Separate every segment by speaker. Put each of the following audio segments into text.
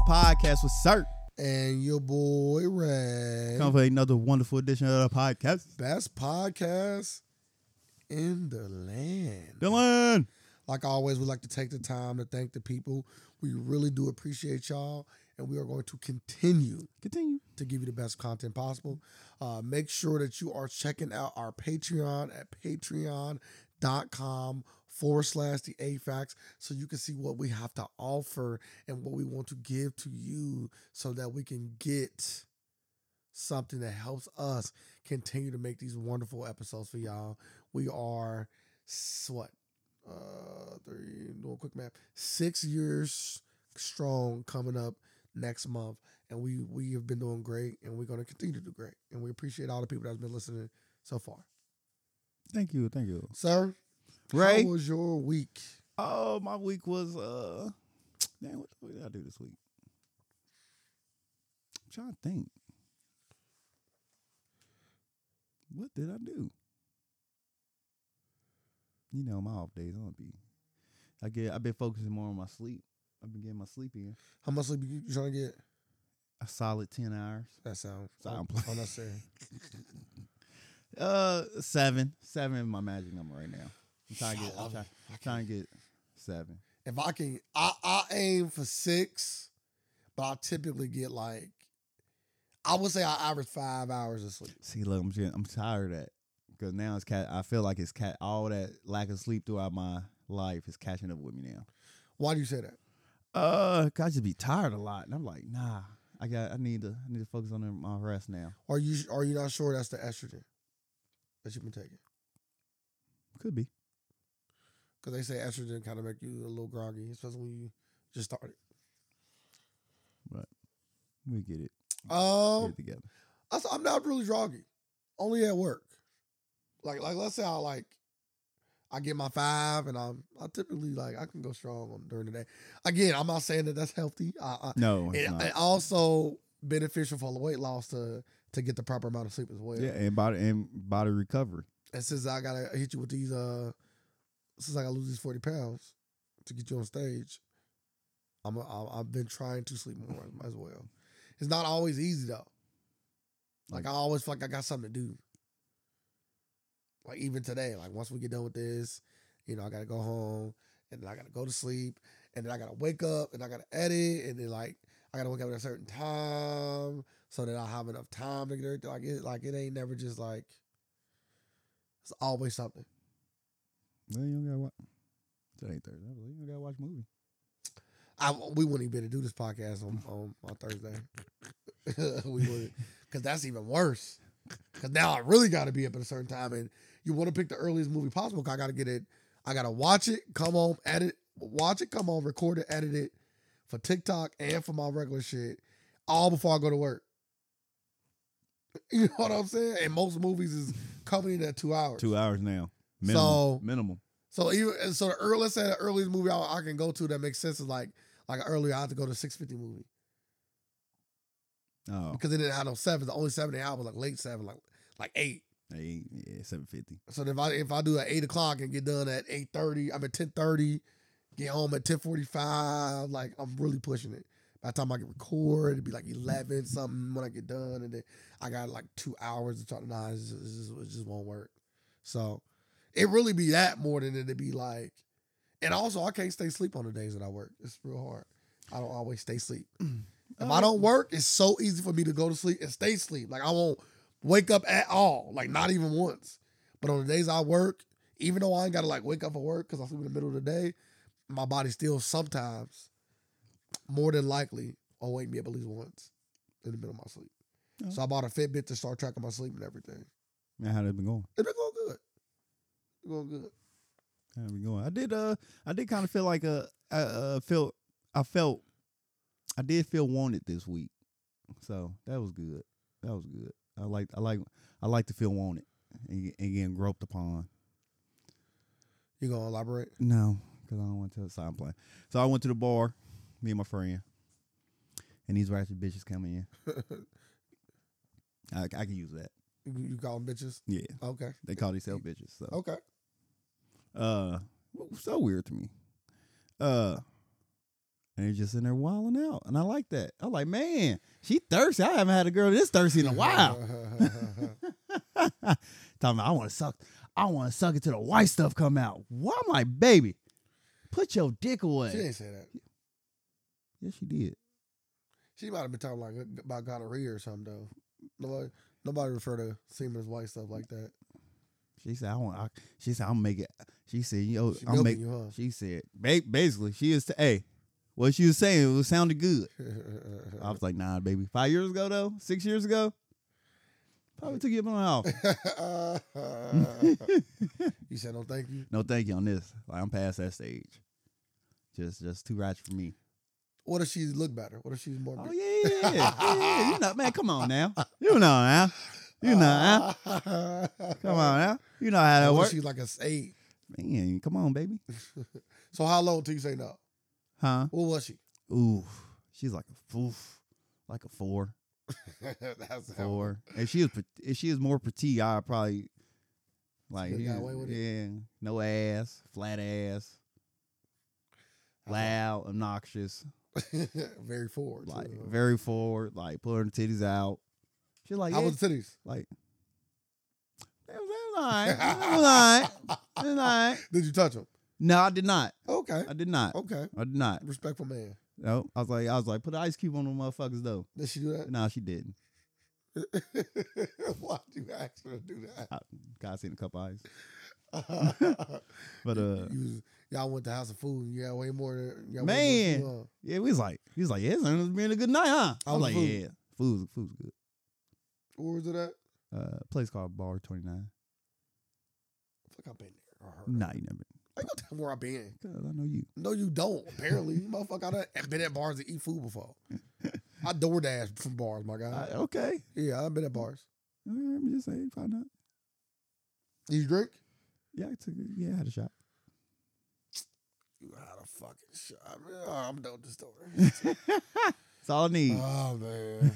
Speaker 1: podcast with Sir.
Speaker 2: and your boy Ray.
Speaker 1: Come for another wonderful edition of the podcast.
Speaker 2: Best podcast in the land.
Speaker 1: Dylan.
Speaker 2: Like always, we like to take the time to thank the people. We really do appreciate y'all, and we are going to continue
Speaker 1: Continue.
Speaker 2: to give you the best content possible. Uh, make sure that you are checking out our Patreon at patreon.com forward slash the AFAX so you can see what we have to offer and what we want to give to you so that we can get something that helps us continue to make these wonderful episodes for y'all. We are s- what? Uh, three, do a quick map. Six years strong coming up next month and we we have been doing great and we're going to continue to do great and we appreciate all the people that's been listening so far
Speaker 1: Thank you. Thank you.
Speaker 2: sir
Speaker 1: Ray.
Speaker 2: how was your week
Speaker 1: Oh, my week was uh damn, what, what did I do this week? I'm trying to think. What did I do? You know, my off days, I don't be I get I've been focusing more on my sleep. I've been getting my sleep in.
Speaker 2: how much sleep you trying to get Oh,
Speaker 1: A solid ten hours.
Speaker 2: that sounds
Speaker 1: So I'm
Speaker 2: un- unnecessary
Speaker 1: Uh seven. Seven is my magic number right now. I'm trying to get
Speaker 2: I
Speaker 1: I'm
Speaker 2: love
Speaker 1: trying,
Speaker 2: it. I can't-
Speaker 1: trying to get seven.
Speaker 2: if i can I, I aim for six but i typically get like i would say i average five hours of sleep
Speaker 1: See, look, I'm getting- I'm tired of that because now it's cat. I feel like it's cat. All that lack of sleep throughout my life is catching up with me now.
Speaker 2: why do you say that
Speaker 1: Uh, 'cause I just be tired a lot, and I'm like, nah, I got, I need to, I need to focus on my rest now.
Speaker 2: are you are you not sure that's the estrogen that you've been taking
Speaker 1: Could be.
Speaker 2: because they say estrogen kind of make you a little groggy especially when you just started
Speaker 1: We get it, get
Speaker 2: um
Speaker 1: it together.
Speaker 2: I, s- I'm not really groggy, only at work. Like like let's say I like I get my five, and I'm I typically like I can go strong on, during the day. Again, I'm not saying that that's healthy. I, I,
Speaker 1: No, it's
Speaker 2: it,
Speaker 1: not.
Speaker 2: it also beneficial for the weight loss to to get the proper amount of sleep as well.
Speaker 1: yeah, and body and body recovery.
Speaker 2: And since I gotta hit you with these uh, since I gotta lose these forty pounds to get you on stage, I'm a, I- I've been trying to sleep more as well. It's not always easy though.
Speaker 1: Like-
Speaker 2: Like, I always feel like I got something to do. Like even today, like once we get done with this, you know I gotta go home and then I gotta go to sleep and then I gotta wake up and I gotta edit and then like I gotta wake up at a certain time so that I have enough time to get everything. Like it, like it ain't never just like it's always something.
Speaker 1: Well, you don't gotta watch. Today Thursday. Well, You don't gotta watch a movie.
Speaker 2: I we wouldn't even be able to do this podcast on on, on Thursday. we would, because that's even worse. Because now I really got to be up at a certain time, and you want to pick the earliest movie possible. 'cause I got to get it. I got to watch it, come home, edit, watch it, come home, record it, edit it for TikTok and for my regular shit, all before I go to work. You know what I'm saying? And most movies is coming in at two hours.
Speaker 1: Two hours now. Minimum.
Speaker 2: So-
Speaker 1: minimum.
Speaker 2: So even and so the earliest the earliest movie I, I can go to that makes sense is like like earlier I had to go to six fifty movie
Speaker 1: Oh,
Speaker 2: because they didn't have no sevens. The only seven they had was like late seven, like like eight.
Speaker 1: eight, yeah, seven fifty.
Speaker 2: So if I if I do at eight o'clock and get done at eight thirty, I'm at ten thirty, get home at ten forty five. Like I'm really pushing it. By the time I get record, it'd be like eleven something when I get done, and then I got like two hours to talk. Nah, it's just, it's just, it just won't work. So it really be that more than it'd be like. And also, I can't stay sleep on the days that I work. It's real hard. I don't always stay sleep. If I don't work, it's so easy for me to go to sleep and stay sleep. Like I won't wake up at all. Like not even once. But on the days I work, even though I ain't gotta like wake up for work because I sleep in the middle of the day, my body still sometimes, more than likely, will wake me up at least once in the middle of my sleep.
Speaker 1: Oh.
Speaker 2: So I bought a Fitbit to start tracking my sleep and everything.
Speaker 1: Man, how that been going?
Speaker 2: It's been going good. It's been going good.
Speaker 1: How we going? I did. Uh, I did kind of feel like a. I uh, felt. I felt. I did feel wanted this week, so that was good. That was good. I like. I like. I like to feel wanted and, get- and getting groped upon.
Speaker 2: You gonna elaborate?
Speaker 1: No, because I don't want to. So I'm playing. So I went to the bar, me and my friend, and these ratchet bitches coming in. I, I can use that.
Speaker 2: You, you call them bitches?
Speaker 1: Yeah,
Speaker 2: Okay.
Speaker 1: they call themselves bitches. So
Speaker 2: Okay.
Speaker 1: uh so weird to me uh and they're just in there wilding out. And I like that. I'm like, man, she thirsty. I haven't had a girl this thirsty in a while. Talking about, I want to suck. I want to suck it till the white stuff come out. Why, my baby? Put your dick
Speaker 2: she
Speaker 1: away.
Speaker 2: didn't say that.
Speaker 1: Yes, she did.
Speaker 2: She might have been talking like about gonorrhea or something though. Nobody, nobody refer to semen as white stuff like that.
Speaker 1: She said, I want. I, she said, I'm make it. She said, yo,
Speaker 2: She
Speaker 1: I'm
Speaker 2: milking
Speaker 1: make.
Speaker 2: you, huh?
Speaker 1: She said, ba- basically, she is. T- hey, what she was saying it was sounded good. I was like, nah, baby. Five years ago though, six years ago, probably took you up on the house.
Speaker 2: you said no, thank you.
Speaker 1: No, thank you on this. Like I'm past that stage. Just, just too ratchet for me.
Speaker 2: What if she look better? What if she's more?
Speaker 1: Oh
Speaker 2: be-
Speaker 1: yeah, yeah, yeah. yeah. You know, man. Come on now. You know now. You know now. Come on now. You know how that
Speaker 2: What if
Speaker 1: works.
Speaker 2: she's like a s- eight?
Speaker 1: Man, come on, baby.
Speaker 2: So how long till you say no?
Speaker 1: Huh?
Speaker 2: What was she?
Speaker 1: Ooh, she's like a oof, like a four.
Speaker 2: That's how-
Speaker 1: four. If she was if she was more petite, I'd probably like
Speaker 2: Could've got
Speaker 1: yeah,
Speaker 2: away with it.
Speaker 1: no ass, flat ass, loud, obnoxious,
Speaker 2: very forward.
Speaker 1: like
Speaker 2: too.
Speaker 1: very forward, like pulling her titties out. She's like,
Speaker 2: How
Speaker 1: yeah,
Speaker 2: was the titties?
Speaker 1: like that was, that was all right, that was all right, that was all right.
Speaker 2: Did you touch them?
Speaker 1: No, I did not.
Speaker 2: Okay.
Speaker 1: I did not.
Speaker 2: Okay.
Speaker 1: I did not.
Speaker 2: Respectful man.
Speaker 1: No, I was like, I was like, put an ice cube on them motherfuckers though.
Speaker 2: Did she do that?
Speaker 1: No, she didn't.
Speaker 2: Why'd you ask her to do that?
Speaker 1: God seen a cup of ice,
Speaker 2: but
Speaker 1: but uh,
Speaker 2: you was, y'all went to House of Food. and You got way more. Than, y'all
Speaker 1: Man.
Speaker 2: way more than uh,
Speaker 1: Yeah, we was like, he was like, yeah, it's been a good night, huh? I
Speaker 2: How
Speaker 1: was
Speaker 2: was
Speaker 1: like,
Speaker 2: the Oh, food?
Speaker 1: yeah, food's food's good.
Speaker 2: you, uh, Where was it at?
Speaker 1: Uh, place called Bar Twenty Nine.
Speaker 2: Fuck, I've been there. Or heard of it.
Speaker 1: Nah, you never.
Speaker 2: I ain't gonna tell where I've been.
Speaker 1: Cause I know you.
Speaker 2: No, you don't. Apparently, motherfucker, I done- I've been at bars to eat food before. I door dash from bars, my guy.
Speaker 1: I, okay.
Speaker 2: yeah, I've been at bars.
Speaker 1: All right, I'm just saying, probably not.
Speaker 2: Did you drink?
Speaker 1: Yeah, I took, yeah, I had a shot.
Speaker 2: You had a fucking shot. man. Oh, I'm done with the story.
Speaker 1: That's all I need.
Speaker 2: oh man,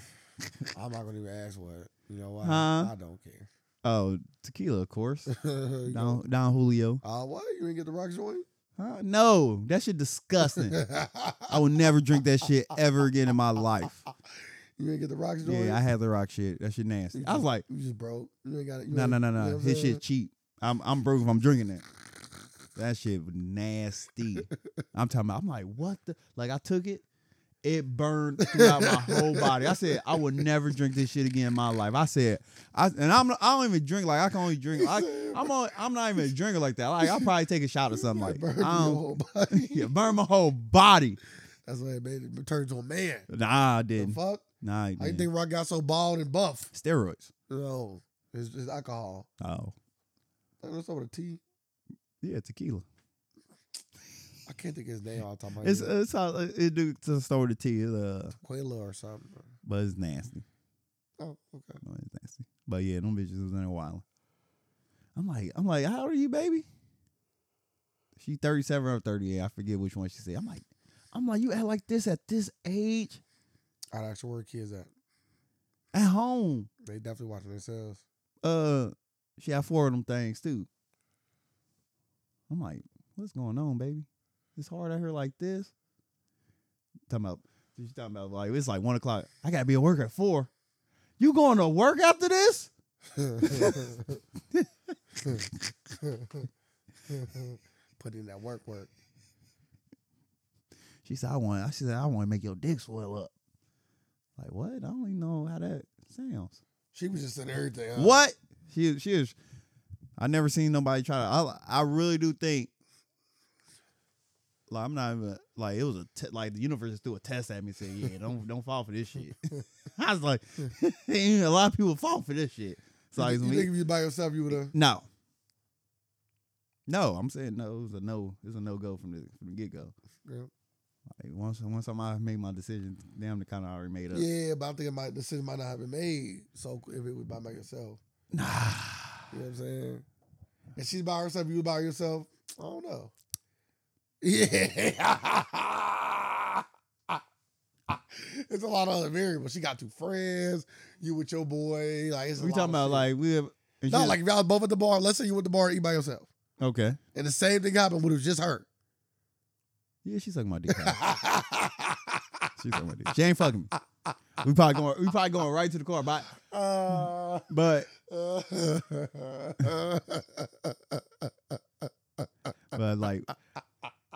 Speaker 2: I'm not gonna even ask what. You know what?
Speaker 1: Huh?
Speaker 2: I don't care.
Speaker 1: oh, tequila, of course.
Speaker 2: You
Speaker 1: Don Don Julio.
Speaker 2: know, uh, what? You didn't get the rock joint?
Speaker 1: Huh? No, that shit disgusting. I will never drink that shit ever again in my life.
Speaker 2: you didn't get the rock joint?
Speaker 1: Yeah, I had the rock shit. That shit nasty. I was like,
Speaker 2: you just broke. You ain't got it. you
Speaker 1: no,
Speaker 2: ain't-
Speaker 1: no, no,
Speaker 2: you know
Speaker 1: no.
Speaker 2: what I'm
Speaker 1: His
Speaker 2: saying?
Speaker 1: shit cheap. I'm I'm broke if I'm drinking that. That shit was nasty. I'm talking about. I'm like, what the? Like, I took it. It burned throughout my whole body. I said I would never drink this shit again in my life. I said, I and I'm I don't even drink like I can only drink. I, I'm on, I'm not even a drinker like that. Like I'll probably take a shot or something like.
Speaker 2: It burned
Speaker 1: I
Speaker 2: your
Speaker 1: don't,
Speaker 2: whole body.
Speaker 1: yeah, burn my whole body.
Speaker 2: That's what it made it turn to a man.
Speaker 1: Nah, I
Speaker 2: The
Speaker 1: didn't.
Speaker 2: fuck?
Speaker 1: Nah, I
Speaker 2: I
Speaker 1: didn't.
Speaker 2: think Rock got so bald and buff.
Speaker 1: steroids.
Speaker 2: No, it's just alcohol.
Speaker 1: Oh,
Speaker 2: Like, What's up with a T?
Speaker 1: yeah, tequila.
Speaker 2: I can't think of his name all the time.
Speaker 1: It's it's how it do to store the tea. It's, uh,
Speaker 2: Quayla or something.
Speaker 1: but it's nasty.
Speaker 2: Oh, okay.
Speaker 1: No, it's nasty. But yeah, them bitches was in there wilding. I'm like, I'm like, how old are you, baby? She 37 or 38. I forget which one she said. I'm like, I'm like, you act like this at this age
Speaker 2: I'd ask her where her kids at.
Speaker 1: at home.
Speaker 2: They definitely watching themselves.
Speaker 1: Uh, she had four of them things too. I'm like, what's going on, baby? It's hard out here like this. Talking about, she's talking about like it's like one o'clock. I gotta be at work at four. You going to work after this?
Speaker 2: Put in that work work.
Speaker 1: She said, I want. I she said, I want to make your dick swell up. Like what? I don't even know how that sounds.
Speaker 2: She was just in everything. huh?
Speaker 1: What? She she is. I never seen nobody try to. I I really do think. Like I'm not even like it was a te- like the universe just threw a test at me and said yeah don't don't fall for this shit. I was like, a lot of people fall for this shit. So I
Speaker 2: you,
Speaker 1: was
Speaker 2: you
Speaker 1: me.
Speaker 2: think if you by yourself, you would have.
Speaker 1: No. No, I'm saying no. It was a no. It was a no go from the from the get go.
Speaker 2: Yeah.
Speaker 1: Like once once I made my decision, damn, the kind of already made up.
Speaker 2: yeah, but I'm thinking my decision might not have been made. So if it was by myself,
Speaker 1: Nah.
Speaker 2: you know what I'm saying? If she's by herself, you by yourself. I don't know. Yeah. It's a lot of other variables. She got two friends. You with your boy. Like it's a
Speaker 1: We
Speaker 2: lot of
Speaker 1: talking about
Speaker 2: shit.
Speaker 1: like we have and
Speaker 2: no,
Speaker 1: she-
Speaker 2: like if y'all both at the bar. Let's say you went to the bar, eat by yourself,
Speaker 1: okay.
Speaker 2: and the same thing happened when it was just her.
Speaker 1: Yeah, she's sucking my dick. hard. She's sucking my dick. She ain't fucking me. We probably going. We probably going right to the car. But
Speaker 2: Uh,
Speaker 1: but but like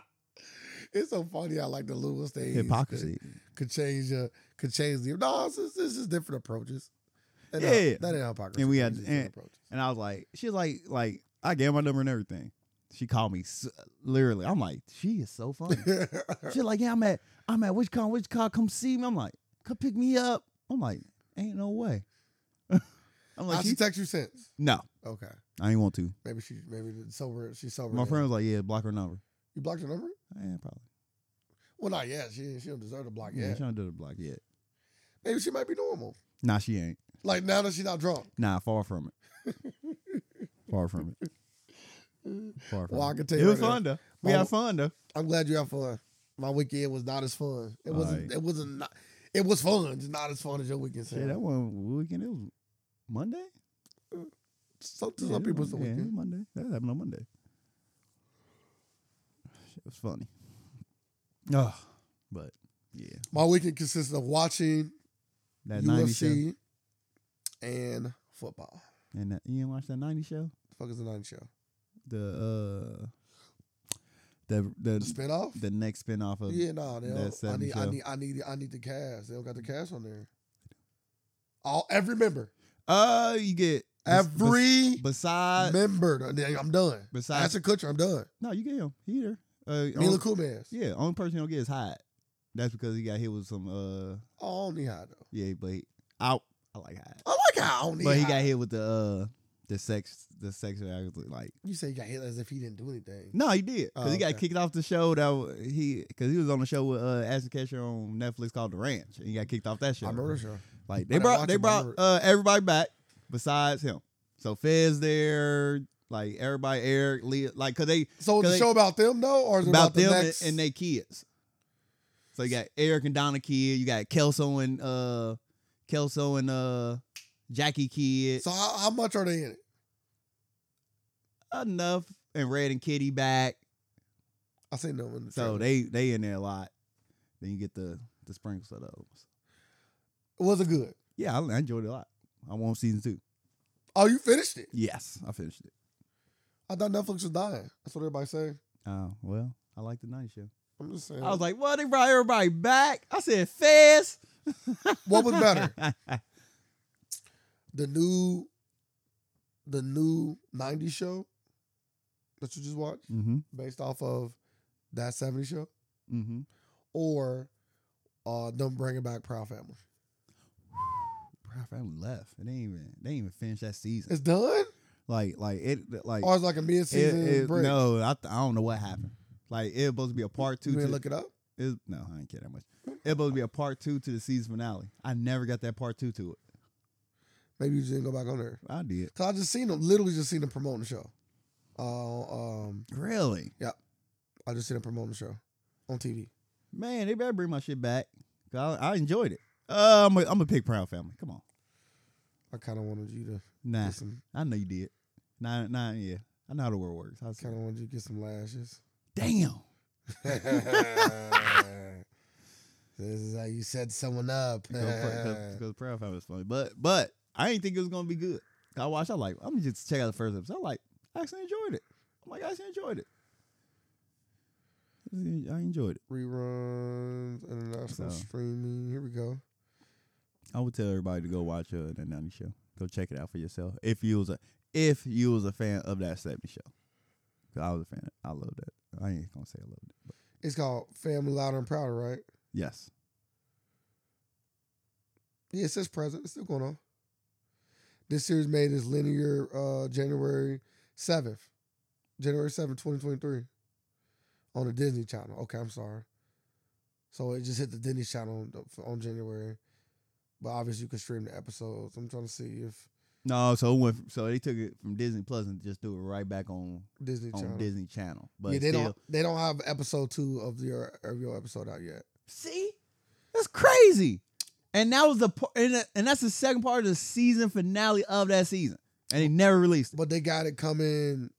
Speaker 2: it's so funny how like the little things could-
Speaker 1: hypocrisy.
Speaker 2: could change uh could change the no it's, it's, it's just different approaches And, uh,
Speaker 1: Yeah.
Speaker 2: that ain't hypocrisy
Speaker 1: And we had-
Speaker 2: It's just different
Speaker 1: and-
Speaker 2: approaches.
Speaker 1: And I was like, she's like, like I gave my number and everything. She called me s- literally. I'm like, she is so funny. She's like, yeah, I'm at, I'm at which car, which car, come see me. I'm like, come pick me up. I'm like, ain't no way. I'm
Speaker 2: I
Speaker 1: like,
Speaker 2: should
Speaker 1: she,
Speaker 2: text you since.
Speaker 1: no,
Speaker 2: Okay.
Speaker 1: I ain't want to.
Speaker 2: Maybe she maybe it's sober she's sober.
Speaker 1: My
Speaker 2: now.
Speaker 1: friend was like, yeah, block her number.
Speaker 2: You blocked her number?
Speaker 1: Yeah, probably.
Speaker 2: Well not yet. She she don't deserve to block
Speaker 1: Yeah,
Speaker 2: yet.
Speaker 1: she don't do the block yet.
Speaker 2: Maybe she might be normal.
Speaker 1: Nah, she ain't.
Speaker 2: Like now that she's not drunk.
Speaker 1: Nah, far from it. far from it. Far from
Speaker 2: Well, I
Speaker 1: it.
Speaker 2: can tell
Speaker 1: It
Speaker 2: you
Speaker 1: was
Speaker 2: right now, Oh,
Speaker 1: fun though. We
Speaker 2: My-
Speaker 1: had fun though.
Speaker 2: I'm glad you had fun. My weekend was not as fun. It wasn't
Speaker 1: Alright.
Speaker 2: it wasn't not it was fun, just not as fun as your weekend.
Speaker 1: Shit,
Speaker 2: Sam.
Speaker 1: that one weekend it was Monday.
Speaker 2: some to
Speaker 1: Yeah,
Speaker 2: some
Speaker 1: it
Speaker 2: people
Speaker 1: was
Speaker 2: it's a
Speaker 1: Mon- yeah, it was
Speaker 2: weekend.
Speaker 1: Monday. That happened on Monday. Shit was funny. Oh, but yeah,
Speaker 2: My weekend consisted of watching
Speaker 1: that ninety show
Speaker 2: UFC and football.
Speaker 1: and that, you didn't watch that ninety show.
Speaker 2: The fuck is the ninety show?
Speaker 1: The uh, the
Speaker 2: The
Speaker 1: the
Speaker 2: spinoff?
Speaker 1: the next spinoff of
Speaker 2: Yeah, no, they
Speaker 1: that
Speaker 2: don't. I
Speaker 1: seven
Speaker 2: need, I
Speaker 1: show.
Speaker 2: need, I need, I need the cast. They don't got the cast on there. All every member,
Speaker 1: uh, you get bes- bes-
Speaker 2: every
Speaker 1: besides
Speaker 2: member. I'm done.
Speaker 1: besides
Speaker 2: Ashton Kutcher, I'm done.
Speaker 1: no, you get him. He there. Uh,
Speaker 2: Mila
Speaker 1: only-
Speaker 2: Kunis.
Speaker 1: yeah, only person you don't get is Hyde. That's because he got hit with some uh,
Speaker 2: I don't need high though.
Speaker 1: yeah, but he, I I like Hyde.
Speaker 2: I like how I don't need.
Speaker 1: But he
Speaker 2: high.
Speaker 1: got hit with the uh the sex the sexual act, like
Speaker 2: You say he got hit as if he didn't do anything.
Speaker 1: no he did because
Speaker 2: Oh,
Speaker 1: he got
Speaker 2: okay.
Speaker 1: kicked off the show that wa- he because he was on the show with uh Ashton Catcher on Netflix called The Ranch and he got kicked off that show.
Speaker 2: I remember the show.
Speaker 1: Like they
Speaker 2: I didn't watch
Speaker 1: brought they
Speaker 2: it, but I
Speaker 1: brought uh everybody back besides him. So Fez there, like everybody Eric Leah, like cause they
Speaker 2: So
Speaker 1: Cause
Speaker 2: it's the
Speaker 1: they-
Speaker 2: show about them though, or is it about,
Speaker 1: about them
Speaker 2: the
Speaker 1: and-
Speaker 2: next?
Speaker 1: and they kids. So you got Eric and Donna Kid, you got Kelso and uh Kelso and uh Jackie Kid.
Speaker 2: so how, how much are they in it?
Speaker 1: enough and Red and Kitty back.
Speaker 2: I say no. In the
Speaker 1: So
Speaker 2: trailer.
Speaker 1: they they in there a lot. Then you get the the sprinkles of those.
Speaker 2: was it good?
Speaker 1: Yeah, I, I enjoyed it a lot. I want season two.
Speaker 2: Oh, you finished it.
Speaker 1: Yes, I finished it.
Speaker 2: I thought Netflix was dying. That's what everybody say.
Speaker 1: Oh well, I like the night show.
Speaker 2: I'm just saying.
Speaker 1: I was like, what? They brought everybody back. I said, Fez.
Speaker 2: what was better? the new the new 90s show that you just watched
Speaker 1: mm-hmm.
Speaker 2: based off of that 70s show
Speaker 1: Mm-hmm.
Speaker 2: or uh them bringing back Proud Family.
Speaker 1: Proud Family left. It ain't even. They ain't even finish that season.
Speaker 2: It's done?
Speaker 1: like, like it, like
Speaker 2: Or it's like a mid
Speaker 1: it,
Speaker 2: season
Speaker 1: it-
Speaker 2: break.
Speaker 1: no. I, th- I don't know what happened. Like it was supposed to be a part two.
Speaker 2: you
Speaker 1: to,
Speaker 2: didn't look it up?
Speaker 1: It's, no, I ain't care that much. It's supposed to be a part two to the season finale. I never got that part two to it.
Speaker 2: Maybe you just didn't go back on there.
Speaker 1: I did.
Speaker 2: Cause I just seen them literally just seen them promoting the show. Uh, um
Speaker 1: Really?
Speaker 2: I just seen them promoting the show on TV.
Speaker 1: Man, they better bring my shit back. 'Cause I, I enjoyed it. Uh, I'm going to pick Proud Family. Come on.
Speaker 2: I kinda wanted you to
Speaker 1: Nah,
Speaker 2: get some
Speaker 1: I know you did. Nah, nah, yeah. I know how the world works. I was
Speaker 2: kinda wanted you to get some lashes.
Speaker 1: damn.
Speaker 2: this is how you set someone up.
Speaker 1: Because Proud Family was funny. But, but I didn't think it was going to be good. I watched, I like, I'm going to just check out the first episode. I like, I actually enjoyed it. I'm like, I actually enjoyed it. I enjoyed it.
Speaker 2: Reruns, international
Speaker 1: So.
Speaker 2: streaming. Here we go.
Speaker 1: I would tell everybody to go watch uh, that 90 show. Go check it out for yourself. If you was a if you was a fan of that 70 show. 'Cause I was a fan. I loved that. I ain't gonna say I loved it. But
Speaker 2: It's called Family Louder and Prouder, right?
Speaker 1: yes.
Speaker 2: Yeah, it says present. It's still going on. This series made its linear uh, January 7th. January 7th, 2023. On the Disney Channel. Okay, I'm sorry. So it just hit the Disney Channel on, on January. But obviously, you can stream the episodes. I'm trying to see if
Speaker 1: No, so it went from, so they took it from Disney Plus and just threw it right back on
Speaker 2: Disney
Speaker 1: on
Speaker 2: Channel.
Speaker 1: Disney Channel. But
Speaker 2: yeah, they
Speaker 1: still,
Speaker 2: don't they don't have episode two of your of your episode out yet.
Speaker 1: see, that's crazy. And that was the par- and, that- and that's the second part of the season finale of that season, and they never released it.
Speaker 2: But they got it coming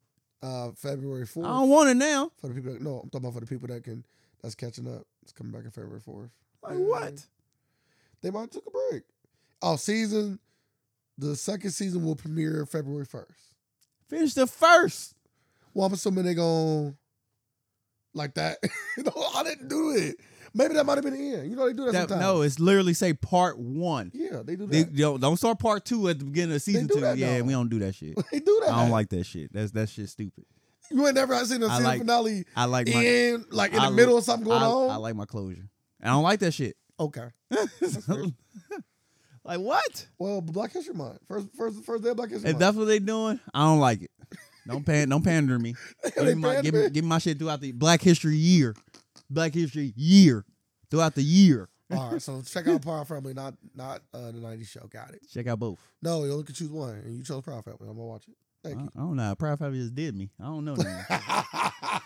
Speaker 2: uh February
Speaker 1: I
Speaker 2: fourth.
Speaker 1: don't want it now.
Speaker 2: For the people that no, I'm talking about for the people that can That's catching up. It's coming back in February fourth.
Speaker 1: Like what?
Speaker 2: They might took a break. Oh, season. The second season will premiere February first.
Speaker 1: Finish the first.
Speaker 2: Well, I'm assuming they going like that. no, I didn't do it. Maybe that might have been the end. You know they do that,
Speaker 1: That-
Speaker 2: sometimes.
Speaker 1: no, it's literally say part one.
Speaker 2: Yeah, they do
Speaker 1: They,
Speaker 2: that.
Speaker 1: don't, don't start part two at the beginning of season
Speaker 2: do
Speaker 1: two.
Speaker 2: that,
Speaker 1: Yeah,
Speaker 2: though.
Speaker 1: we don't do that shit.
Speaker 2: They, do that.
Speaker 1: I don't like that shit. That's that shit stupid.
Speaker 2: You ain't never seen a
Speaker 1: I
Speaker 2: season
Speaker 1: like-
Speaker 2: finale
Speaker 1: I like my
Speaker 2: end like in
Speaker 1: I
Speaker 2: the
Speaker 1: li-
Speaker 2: middle of something going
Speaker 1: I,
Speaker 2: on.
Speaker 1: I like my closure. I don't like that shit.
Speaker 2: okay. fair.
Speaker 1: like what?
Speaker 2: Well, Black History Month. First, first, first day of Black History
Speaker 1: If
Speaker 2: Month.
Speaker 1: that's what they doing, I don't like it. Don't pan, don't pander me. Give
Speaker 2: They
Speaker 1: me, my,
Speaker 2: banned
Speaker 1: give,
Speaker 2: me.
Speaker 1: me, give me my shit throughout the Black History year, Black History year, throughout the year.
Speaker 2: All right, so check out Power Family, not not uh, the '90s show. Got it.
Speaker 1: Check out both.
Speaker 2: No, you only can choose one, and you chose Power Family. I'm gonna watch
Speaker 1: I,
Speaker 2: it.
Speaker 1: I
Speaker 2: Thank you.
Speaker 1: don't know. Proud Family just did me. I don't know. now.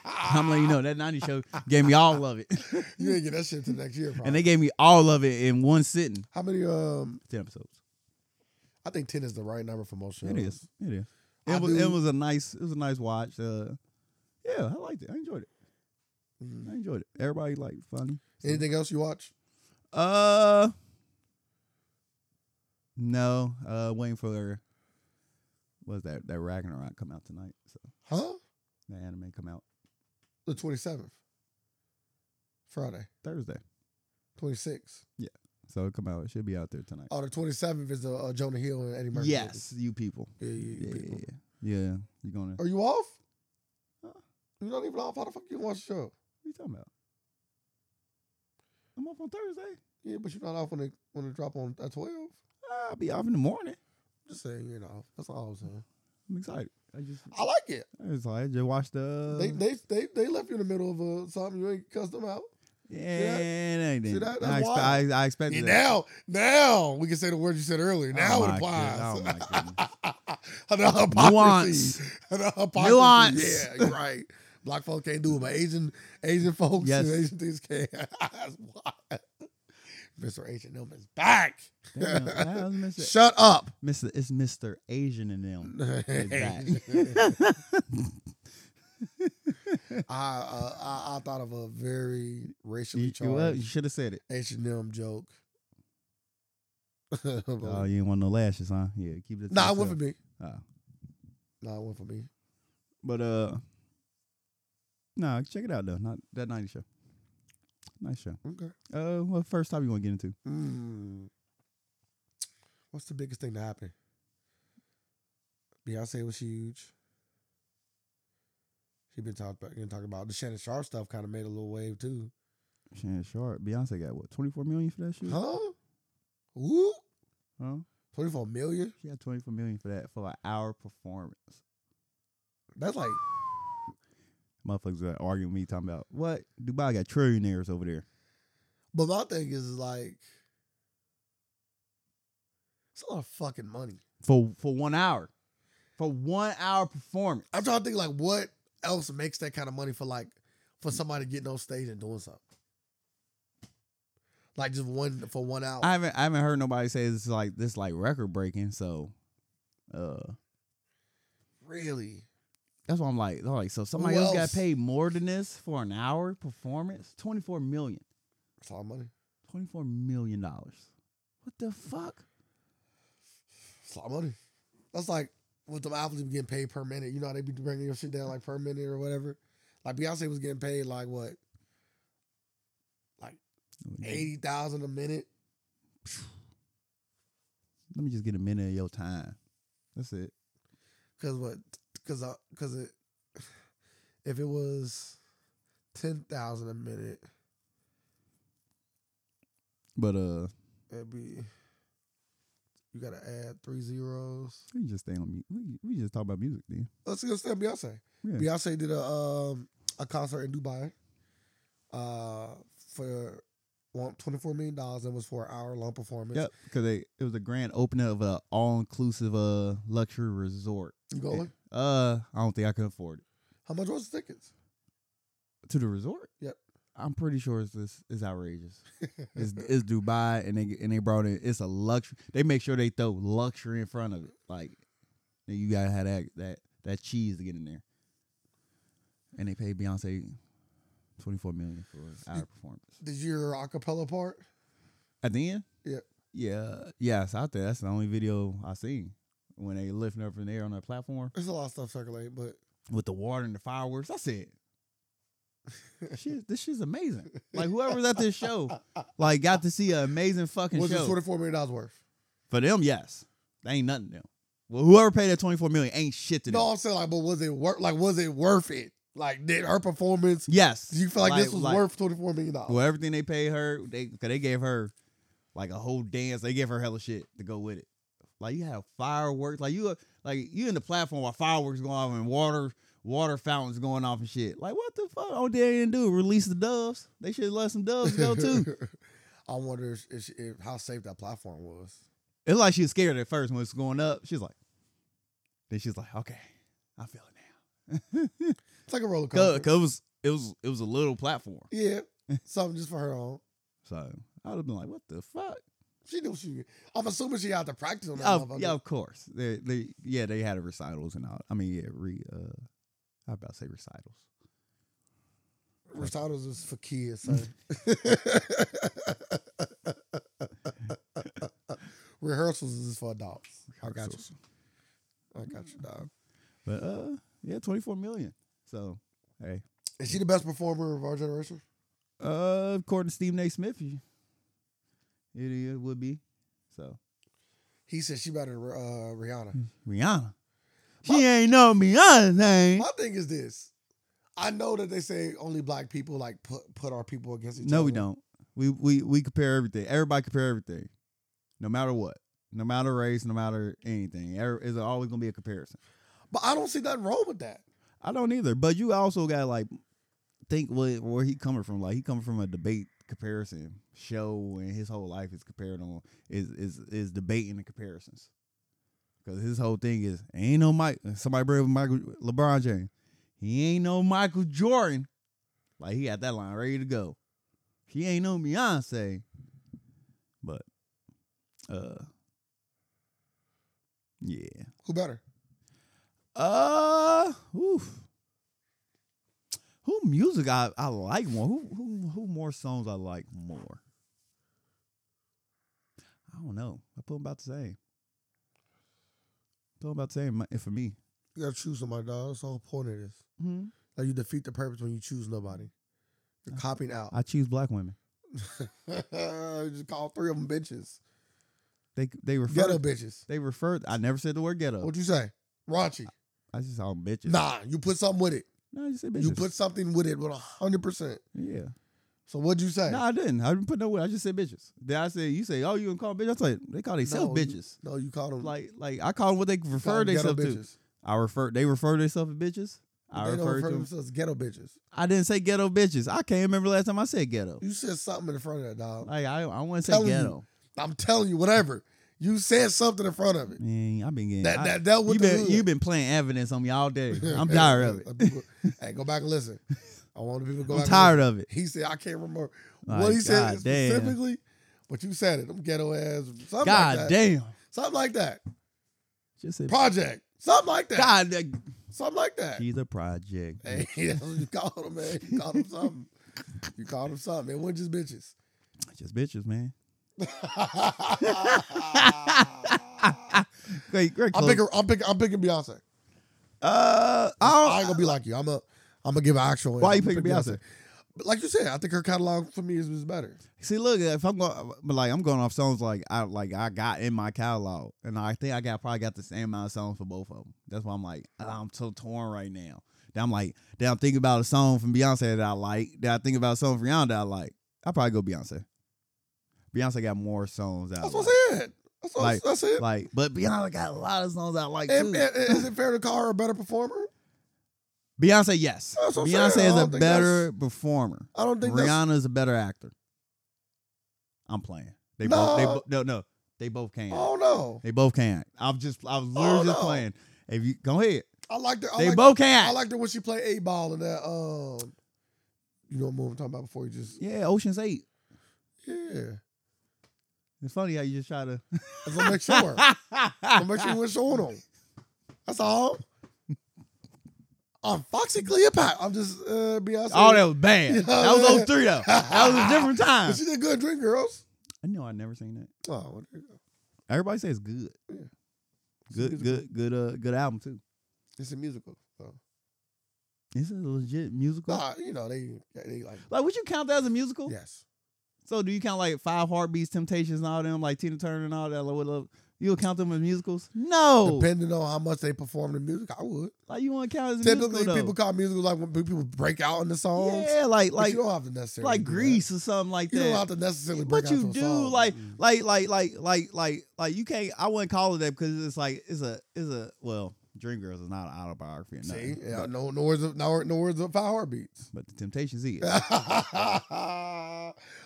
Speaker 1: I'm letting you know that '90s show gave me all of it,
Speaker 2: you ain't get that shit till next year. Probably.
Speaker 1: and they gave me all of it in one sitting.
Speaker 2: How many? Um,
Speaker 1: Ten episodes.
Speaker 2: I think ten is the right number for most shows.
Speaker 1: It is. It is.
Speaker 2: I
Speaker 1: It was, it
Speaker 2: do-
Speaker 1: was a nice. It was a nice watch. Uh, yeah, I liked it. I enjoyed it.
Speaker 2: Mm.
Speaker 1: I enjoyed it. Everybody liked funny.
Speaker 2: Anything else you watch?
Speaker 1: Uh, no. Uh, waiting for was that that Ragnarok come out tonight? So
Speaker 2: Huh?
Speaker 1: the anime come out
Speaker 2: The twenty seventh, Friday,
Speaker 1: Thursday,
Speaker 2: twenty sixth.
Speaker 1: so it come out. It should be out there tonight.
Speaker 2: Oh, the twenty seventh is the uh, Jonah Hill and Eddie Murphy.
Speaker 1: yes, you people.
Speaker 2: movie.
Speaker 1: Yeah,
Speaker 2: Yeah, yeah, yeah,
Speaker 1: yeah,
Speaker 2: people.
Speaker 1: yeah. Yeah, You gonna? What
Speaker 2: Are you off?
Speaker 1: Huh?
Speaker 2: You not even off. How the fuck you watch the show?
Speaker 1: are you talking about? I'm off on Thursday.
Speaker 2: Yeah, but you're not off when they when they drop on at twelve.
Speaker 1: I'll be off in the morning.
Speaker 2: Just saying, you know, that's all I'm saying.
Speaker 1: I'm excited. I just,
Speaker 2: I like it.
Speaker 1: I just, I just watched the.
Speaker 2: They they they they left you in the middle of uh, something you ain't cussed them out.
Speaker 1: yeah, it ain't
Speaker 2: See
Speaker 1: it.
Speaker 2: that? That's
Speaker 1: I, expe-
Speaker 2: wild.
Speaker 1: I, I expected
Speaker 2: Yeah,
Speaker 1: that.
Speaker 2: now now we can say the word you said earlier. Now
Speaker 1: Oh
Speaker 2: it
Speaker 1: my
Speaker 2: applies.
Speaker 1: goodness. Oh my goodness.
Speaker 2: the hypocrisy.
Speaker 1: Nuance.
Speaker 2: The hypocrisy.
Speaker 1: Nuance.
Speaker 2: Yeah, you're right. Black folks can't do it, but Asian Asian folks
Speaker 1: Yes.
Speaker 2: and Asian things can. That's wild. Mr. Asian them is back.
Speaker 1: Damn, I was missing-
Speaker 2: Shut up.
Speaker 1: Mr. It's Mr. Asian in them. It's
Speaker 2: I,
Speaker 1: back.
Speaker 2: uh, I I thought of a very racially
Speaker 1: you,
Speaker 2: charged
Speaker 1: should have said it.
Speaker 2: H and M joke.
Speaker 1: Oh, you didn't want no lashes, huh? Yeah, keep it. to
Speaker 2: nah, it
Speaker 1: yourself.
Speaker 2: went for me.
Speaker 1: Oh.
Speaker 2: Nah, it went for me.
Speaker 1: But uh, nah, check it out though. Not that ninety show. Nice show.
Speaker 2: Okay.
Speaker 1: Uh, what first topic you want to get into?
Speaker 2: Mm. What's the biggest thing to happen? Beyonce was huge. She been talked about, been talking about the Shannon Sharp stuff. Kind of made a little wave too,
Speaker 1: Shannon Sharp, Beyonce got what twenty four million for that shit?
Speaker 2: huh? Ooh,
Speaker 1: Huh?
Speaker 2: twenty four million.
Speaker 1: She got twenty four million for that for an hour performance.
Speaker 2: That's like
Speaker 1: Motherfuckers are arguing with me talking about what Dubai got trillionaires over there.
Speaker 2: But my thing is like, it's a lot of fucking money.
Speaker 1: for for one hour, for one hour performance.
Speaker 2: I'm trying to think like what else makes that kind of money for like for somebody getting on stage and doing something. Like just one for one hour.
Speaker 1: I haven't I haven't heard nobody say this is like this like record breaking. So, uh,
Speaker 2: really?
Speaker 1: that's why I'm like I'm like so somebody
Speaker 2: Who
Speaker 1: else got
Speaker 2: else?
Speaker 1: paid more than this for an hour performance. Twenty four million.
Speaker 2: It's a lot of money.
Speaker 1: Twenty four million dollars. What the fuck?
Speaker 2: It's a lot of money. That's like with the athletes getting paid per minute. You know how they be bringing your shit down like per minute or whatever. Like Beyonce was getting paid like what eighty thousand a minute.
Speaker 1: Let me just get a minute of your time. That's it.
Speaker 2: Cause what? Cause I, cause it. If it was ten thousand a minute,
Speaker 1: But uh,
Speaker 2: it'd be. You gotta add three zeros.
Speaker 1: we can just stay on mute. We, can- we can just talk about music then.
Speaker 2: Let's go stay Beyonce.
Speaker 1: Yeah.
Speaker 2: Beyonce did a um a concert in Dubai, uh for twenty four million dollars and was for an hour long performance.
Speaker 1: Yep, because it was a grand opening of a all inclusive uh luxury resort.
Speaker 2: You going?
Speaker 1: Uh, I don't think I can afford it.
Speaker 2: How much was the tickets?
Speaker 1: to the resort.
Speaker 2: Yep.
Speaker 1: I'm pretty sure it's this is outrageous. It's, it's Dubai, and they and they brought in. It's a luxury. They make sure they throw luxury in front of it. Like then you gotta have that that that cheese to get in there. And they paid Beyonce Twenty four million for our performance.
Speaker 2: Did your acapella part?
Speaker 1: At the end?
Speaker 2: Yeah.
Speaker 1: Yeah. Yeah, it's out there. That's the only video I seen. When they lifting up in the air on that platform
Speaker 2: There's a lot of stuff circulating, but
Speaker 1: with the water and the fireworks. I said, shit, this shit's amazing. Like whoever's at this show, like got to see an amazing fucking
Speaker 2: was
Speaker 1: show.
Speaker 2: it twenty four million dollars worth?
Speaker 1: For them, yes. They ain't nothing to them. Well, whoever paid that twenty four million ain't shit to them.
Speaker 2: No, I'm saying like, but was it worth? Like, was it worth it? Like, did her performance?
Speaker 1: Yes.
Speaker 2: Do you feel like, this was worth twenty four million dollars?
Speaker 1: well everything they paid her, they cause they gave her like a whole dance. They gave her hella shit to go with it. Like you have fireworks, like you uh, like you in the platform while fireworks going off and water water fountains going off and shit. Like what the fuck? Oh, they didn't do release the doves. They should let some doves go too.
Speaker 2: I wonder if, if, if how safe that platform was.
Speaker 1: It was like she was scared at first when it's going up. She's like, then she's like, okay, I feel it
Speaker 2: It's like a roller
Speaker 1: now. Cause,
Speaker 2: coaster.
Speaker 1: 'cause it was it was it was a little platform,
Speaker 2: Yeah, something just for her own.
Speaker 1: so I would have been like, what the fuck?
Speaker 2: She knew she. I'm assuming she had to practice on that.
Speaker 1: Oh,
Speaker 2: motherfucker.
Speaker 1: yeah, of course. They, they, yeah, they had a recitals and all. I mean, yeah, re, uh, I was about to say recitals.
Speaker 2: Recitals is for kids, son. Rehearsals is for adults. I got you. I got you, dog.
Speaker 1: But uh, yeah, twenty four million. So hey,
Speaker 2: Is she the best performer of our generation?
Speaker 1: uh, according to Stephen A. Smith, you- it is would be. So
Speaker 2: He said she better than uh, Rihanna.
Speaker 1: Hmm. Rihanna, she
Speaker 2: My-
Speaker 1: ain't no Rihanna thing.
Speaker 2: My thing is this: I know that they say only black people like put put our people against each other.
Speaker 1: No, we don't. We we we compare everything. Everybody compare everything, no matter what, no matter race, no matter anything. Every- It's always gonna be a comparison.
Speaker 2: But I don't see nothing wrong with that.
Speaker 1: I don't either. But you also got like think what where he coming from. Like he coming from a debate comparison show, and his whole life is compared on is is is debating the comparisons. Because his whole thing is ain't no Mike. Somebody bring up Michael LeBron James. He ain't no Michael Jordan. Like he had that line ready to go. He ain't no Beyonce. But uh, yeah.
Speaker 2: Who better?
Speaker 1: Uh, oof. who music I, I like more? Who who who more songs I like more? I don't know. I put 'em about the same. Put 'em about the same mi- for me.
Speaker 2: You gotta choose somebody, dog. That's the whole point of this. Like you defeat the purpose when you choose nobody. You're copying out.
Speaker 1: I choose black women.
Speaker 2: You just call three of them bitches.
Speaker 1: They they refer
Speaker 2: Ghetto bitches.
Speaker 1: they refer. I never said the word ghetto.
Speaker 2: What'd you say? Raunchy.
Speaker 1: I just saw bitches.
Speaker 2: Nah, you put something with it.
Speaker 1: no, I just said bitches.
Speaker 2: You put something with it with a hundred percent.
Speaker 1: yeah.
Speaker 2: So what'd you say?
Speaker 1: No, I didn't. I didn't put no word. I just said bitches. Then I said you say oh you gonna call bitches. I was like they call themselves
Speaker 2: No, you-
Speaker 1: bitches.
Speaker 2: No, you called them.
Speaker 1: Like like I call them what they refer
Speaker 2: ghetto
Speaker 1: themselves to.
Speaker 2: bitches.
Speaker 1: I refer they refer to themselves as bitches. I
Speaker 2: they don't
Speaker 1: refer
Speaker 2: refer
Speaker 1: to them.
Speaker 2: themselves as ghetto bitches.
Speaker 1: I didn't say ghetto bitches. I can't remember last time I said ghetto.
Speaker 2: You said something in front of that, dog.
Speaker 1: Like I I want to say
Speaker 2: Telling you.
Speaker 1: ghetto.
Speaker 2: I'm telling you, whatever. You said something in front of it.
Speaker 1: Man, I've been getting
Speaker 2: That
Speaker 1: I-
Speaker 2: that that
Speaker 1: you
Speaker 2: with the
Speaker 1: been
Speaker 2: hood.
Speaker 1: you been playing evidence on me all day. I'm tired of it.
Speaker 2: hey, go back and listen. I want the people to go
Speaker 1: I'm
Speaker 2: back
Speaker 1: tired
Speaker 2: and
Speaker 1: of it.
Speaker 2: listen. He said I can't remember
Speaker 1: Like,
Speaker 2: what he said
Speaker 1: God damn.
Speaker 2: specifically, but you said it. Them ghetto ass something like
Speaker 1: God
Speaker 2: that.
Speaker 1: damn.
Speaker 2: Something like that.
Speaker 1: Just say
Speaker 2: Project. Something like that.
Speaker 1: God. that-
Speaker 2: Something like that.
Speaker 1: He's a project.
Speaker 2: Hey, that's what you called him, man. You called him something. You called him something. It wasn't just bitches.
Speaker 1: Just bitches, man.
Speaker 2: I'm
Speaker 1: Great, great. close.
Speaker 2: picking. I'm picking. I'm picking Beyonce.
Speaker 1: uh,
Speaker 2: I
Speaker 1: I
Speaker 2: ain't gonna be like you. I'm a. I'm gonna give an actual.
Speaker 1: Why you
Speaker 2: I'm
Speaker 1: picking
Speaker 2: picking
Speaker 1: Beyonce?
Speaker 2: But like you said, I think her catalog for me is, is better.
Speaker 1: see. Look, if I'm going, but like I'm going off songs like I like I got in my catalog, and I think I got probably got the same amount of songs for both of them. That's why I'm like I'm so torn right now. Then I'm like, then I'm thinking about a song from Beyonce that I like. Then I think about a song from Rihanna that I like. I probably go Beyonce. Beyonce got more songs out. Like,
Speaker 2: That's what I said. That's, what,
Speaker 1: Like-
Speaker 2: that's it.
Speaker 1: like, but Beyonce got a lot of songs I like
Speaker 2: and,
Speaker 1: too.
Speaker 2: and- and is it fair to call her a better performer?
Speaker 1: Beyonce, yes.
Speaker 2: That's what I'm
Speaker 1: Beyonce
Speaker 2: saying. I
Speaker 1: is a
Speaker 2: don't think
Speaker 1: better performer.
Speaker 2: I don't think that's.
Speaker 1: Rihanna is a better actor. I'm playing. They
Speaker 2: No.
Speaker 1: both. They bo- no, no. They both can.
Speaker 2: Oh no,
Speaker 1: They both can. I'm just. I was literally
Speaker 2: Oh,
Speaker 1: just
Speaker 2: no.
Speaker 1: playing. If you go ahead,
Speaker 2: I liked her. I
Speaker 1: they
Speaker 2: liked,
Speaker 1: both can.
Speaker 2: I liked her when she played eight ball in that. Um, you know what movie I'm talking about before you just
Speaker 1: yeah, Ocean's Eight.
Speaker 2: yeah.
Speaker 1: It's funny how you just try to.
Speaker 2: That's gonna make sure. I'm gonna make sure you went showing them. That's all. I'm Foxy Cleopatra. I'm just uh, Beyonce.
Speaker 1: Oh, that was bad.
Speaker 2: Yeah,
Speaker 1: that was
Speaker 2: man.
Speaker 1: 03 though. That was a different time.
Speaker 2: But she did good. Drink girls.
Speaker 1: I know I never seen that.
Speaker 2: Oh, well, there you go.
Speaker 1: Everybody says good.
Speaker 2: Yeah.
Speaker 1: Good, good, good, uh, good album too.
Speaker 2: it's a musical. So.
Speaker 1: This is a legit musical.
Speaker 2: Nah, you know they they like
Speaker 1: Like, would you count that as a musical?
Speaker 2: yes.
Speaker 1: So, do you count like Five Heartbeats, Temptations, and all them, like Tina Turner and all that? Like, what, uh, you'll count them as musicals? No.
Speaker 2: Depending on how much they perform the music, I would.
Speaker 1: Like, you want to count it as a
Speaker 2: Typically,
Speaker 1: musical?
Speaker 2: people
Speaker 1: though.
Speaker 2: call musical like when people break out in the songs.
Speaker 1: yeah, like,
Speaker 2: but
Speaker 1: like,
Speaker 2: you don't have to necessarily
Speaker 1: like
Speaker 2: do that.
Speaker 1: Grease or something like
Speaker 2: You
Speaker 1: that.
Speaker 2: don't have to necessarily. Break
Speaker 1: But
Speaker 2: out
Speaker 1: you
Speaker 2: to a
Speaker 1: do,
Speaker 2: song.
Speaker 1: like-
Speaker 2: Mm.
Speaker 1: like like like like like like you can't I wouldn't call it that because it's like it's a it's a well Dreamgirls is not an autobiography or
Speaker 2: see,
Speaker 1: nothing.
Speaker 2: yeah,
Speaker 1: but,
Speaker 2: no, no words, of, no, no words of five heartbeats.
Speaker 1: but the Temptations is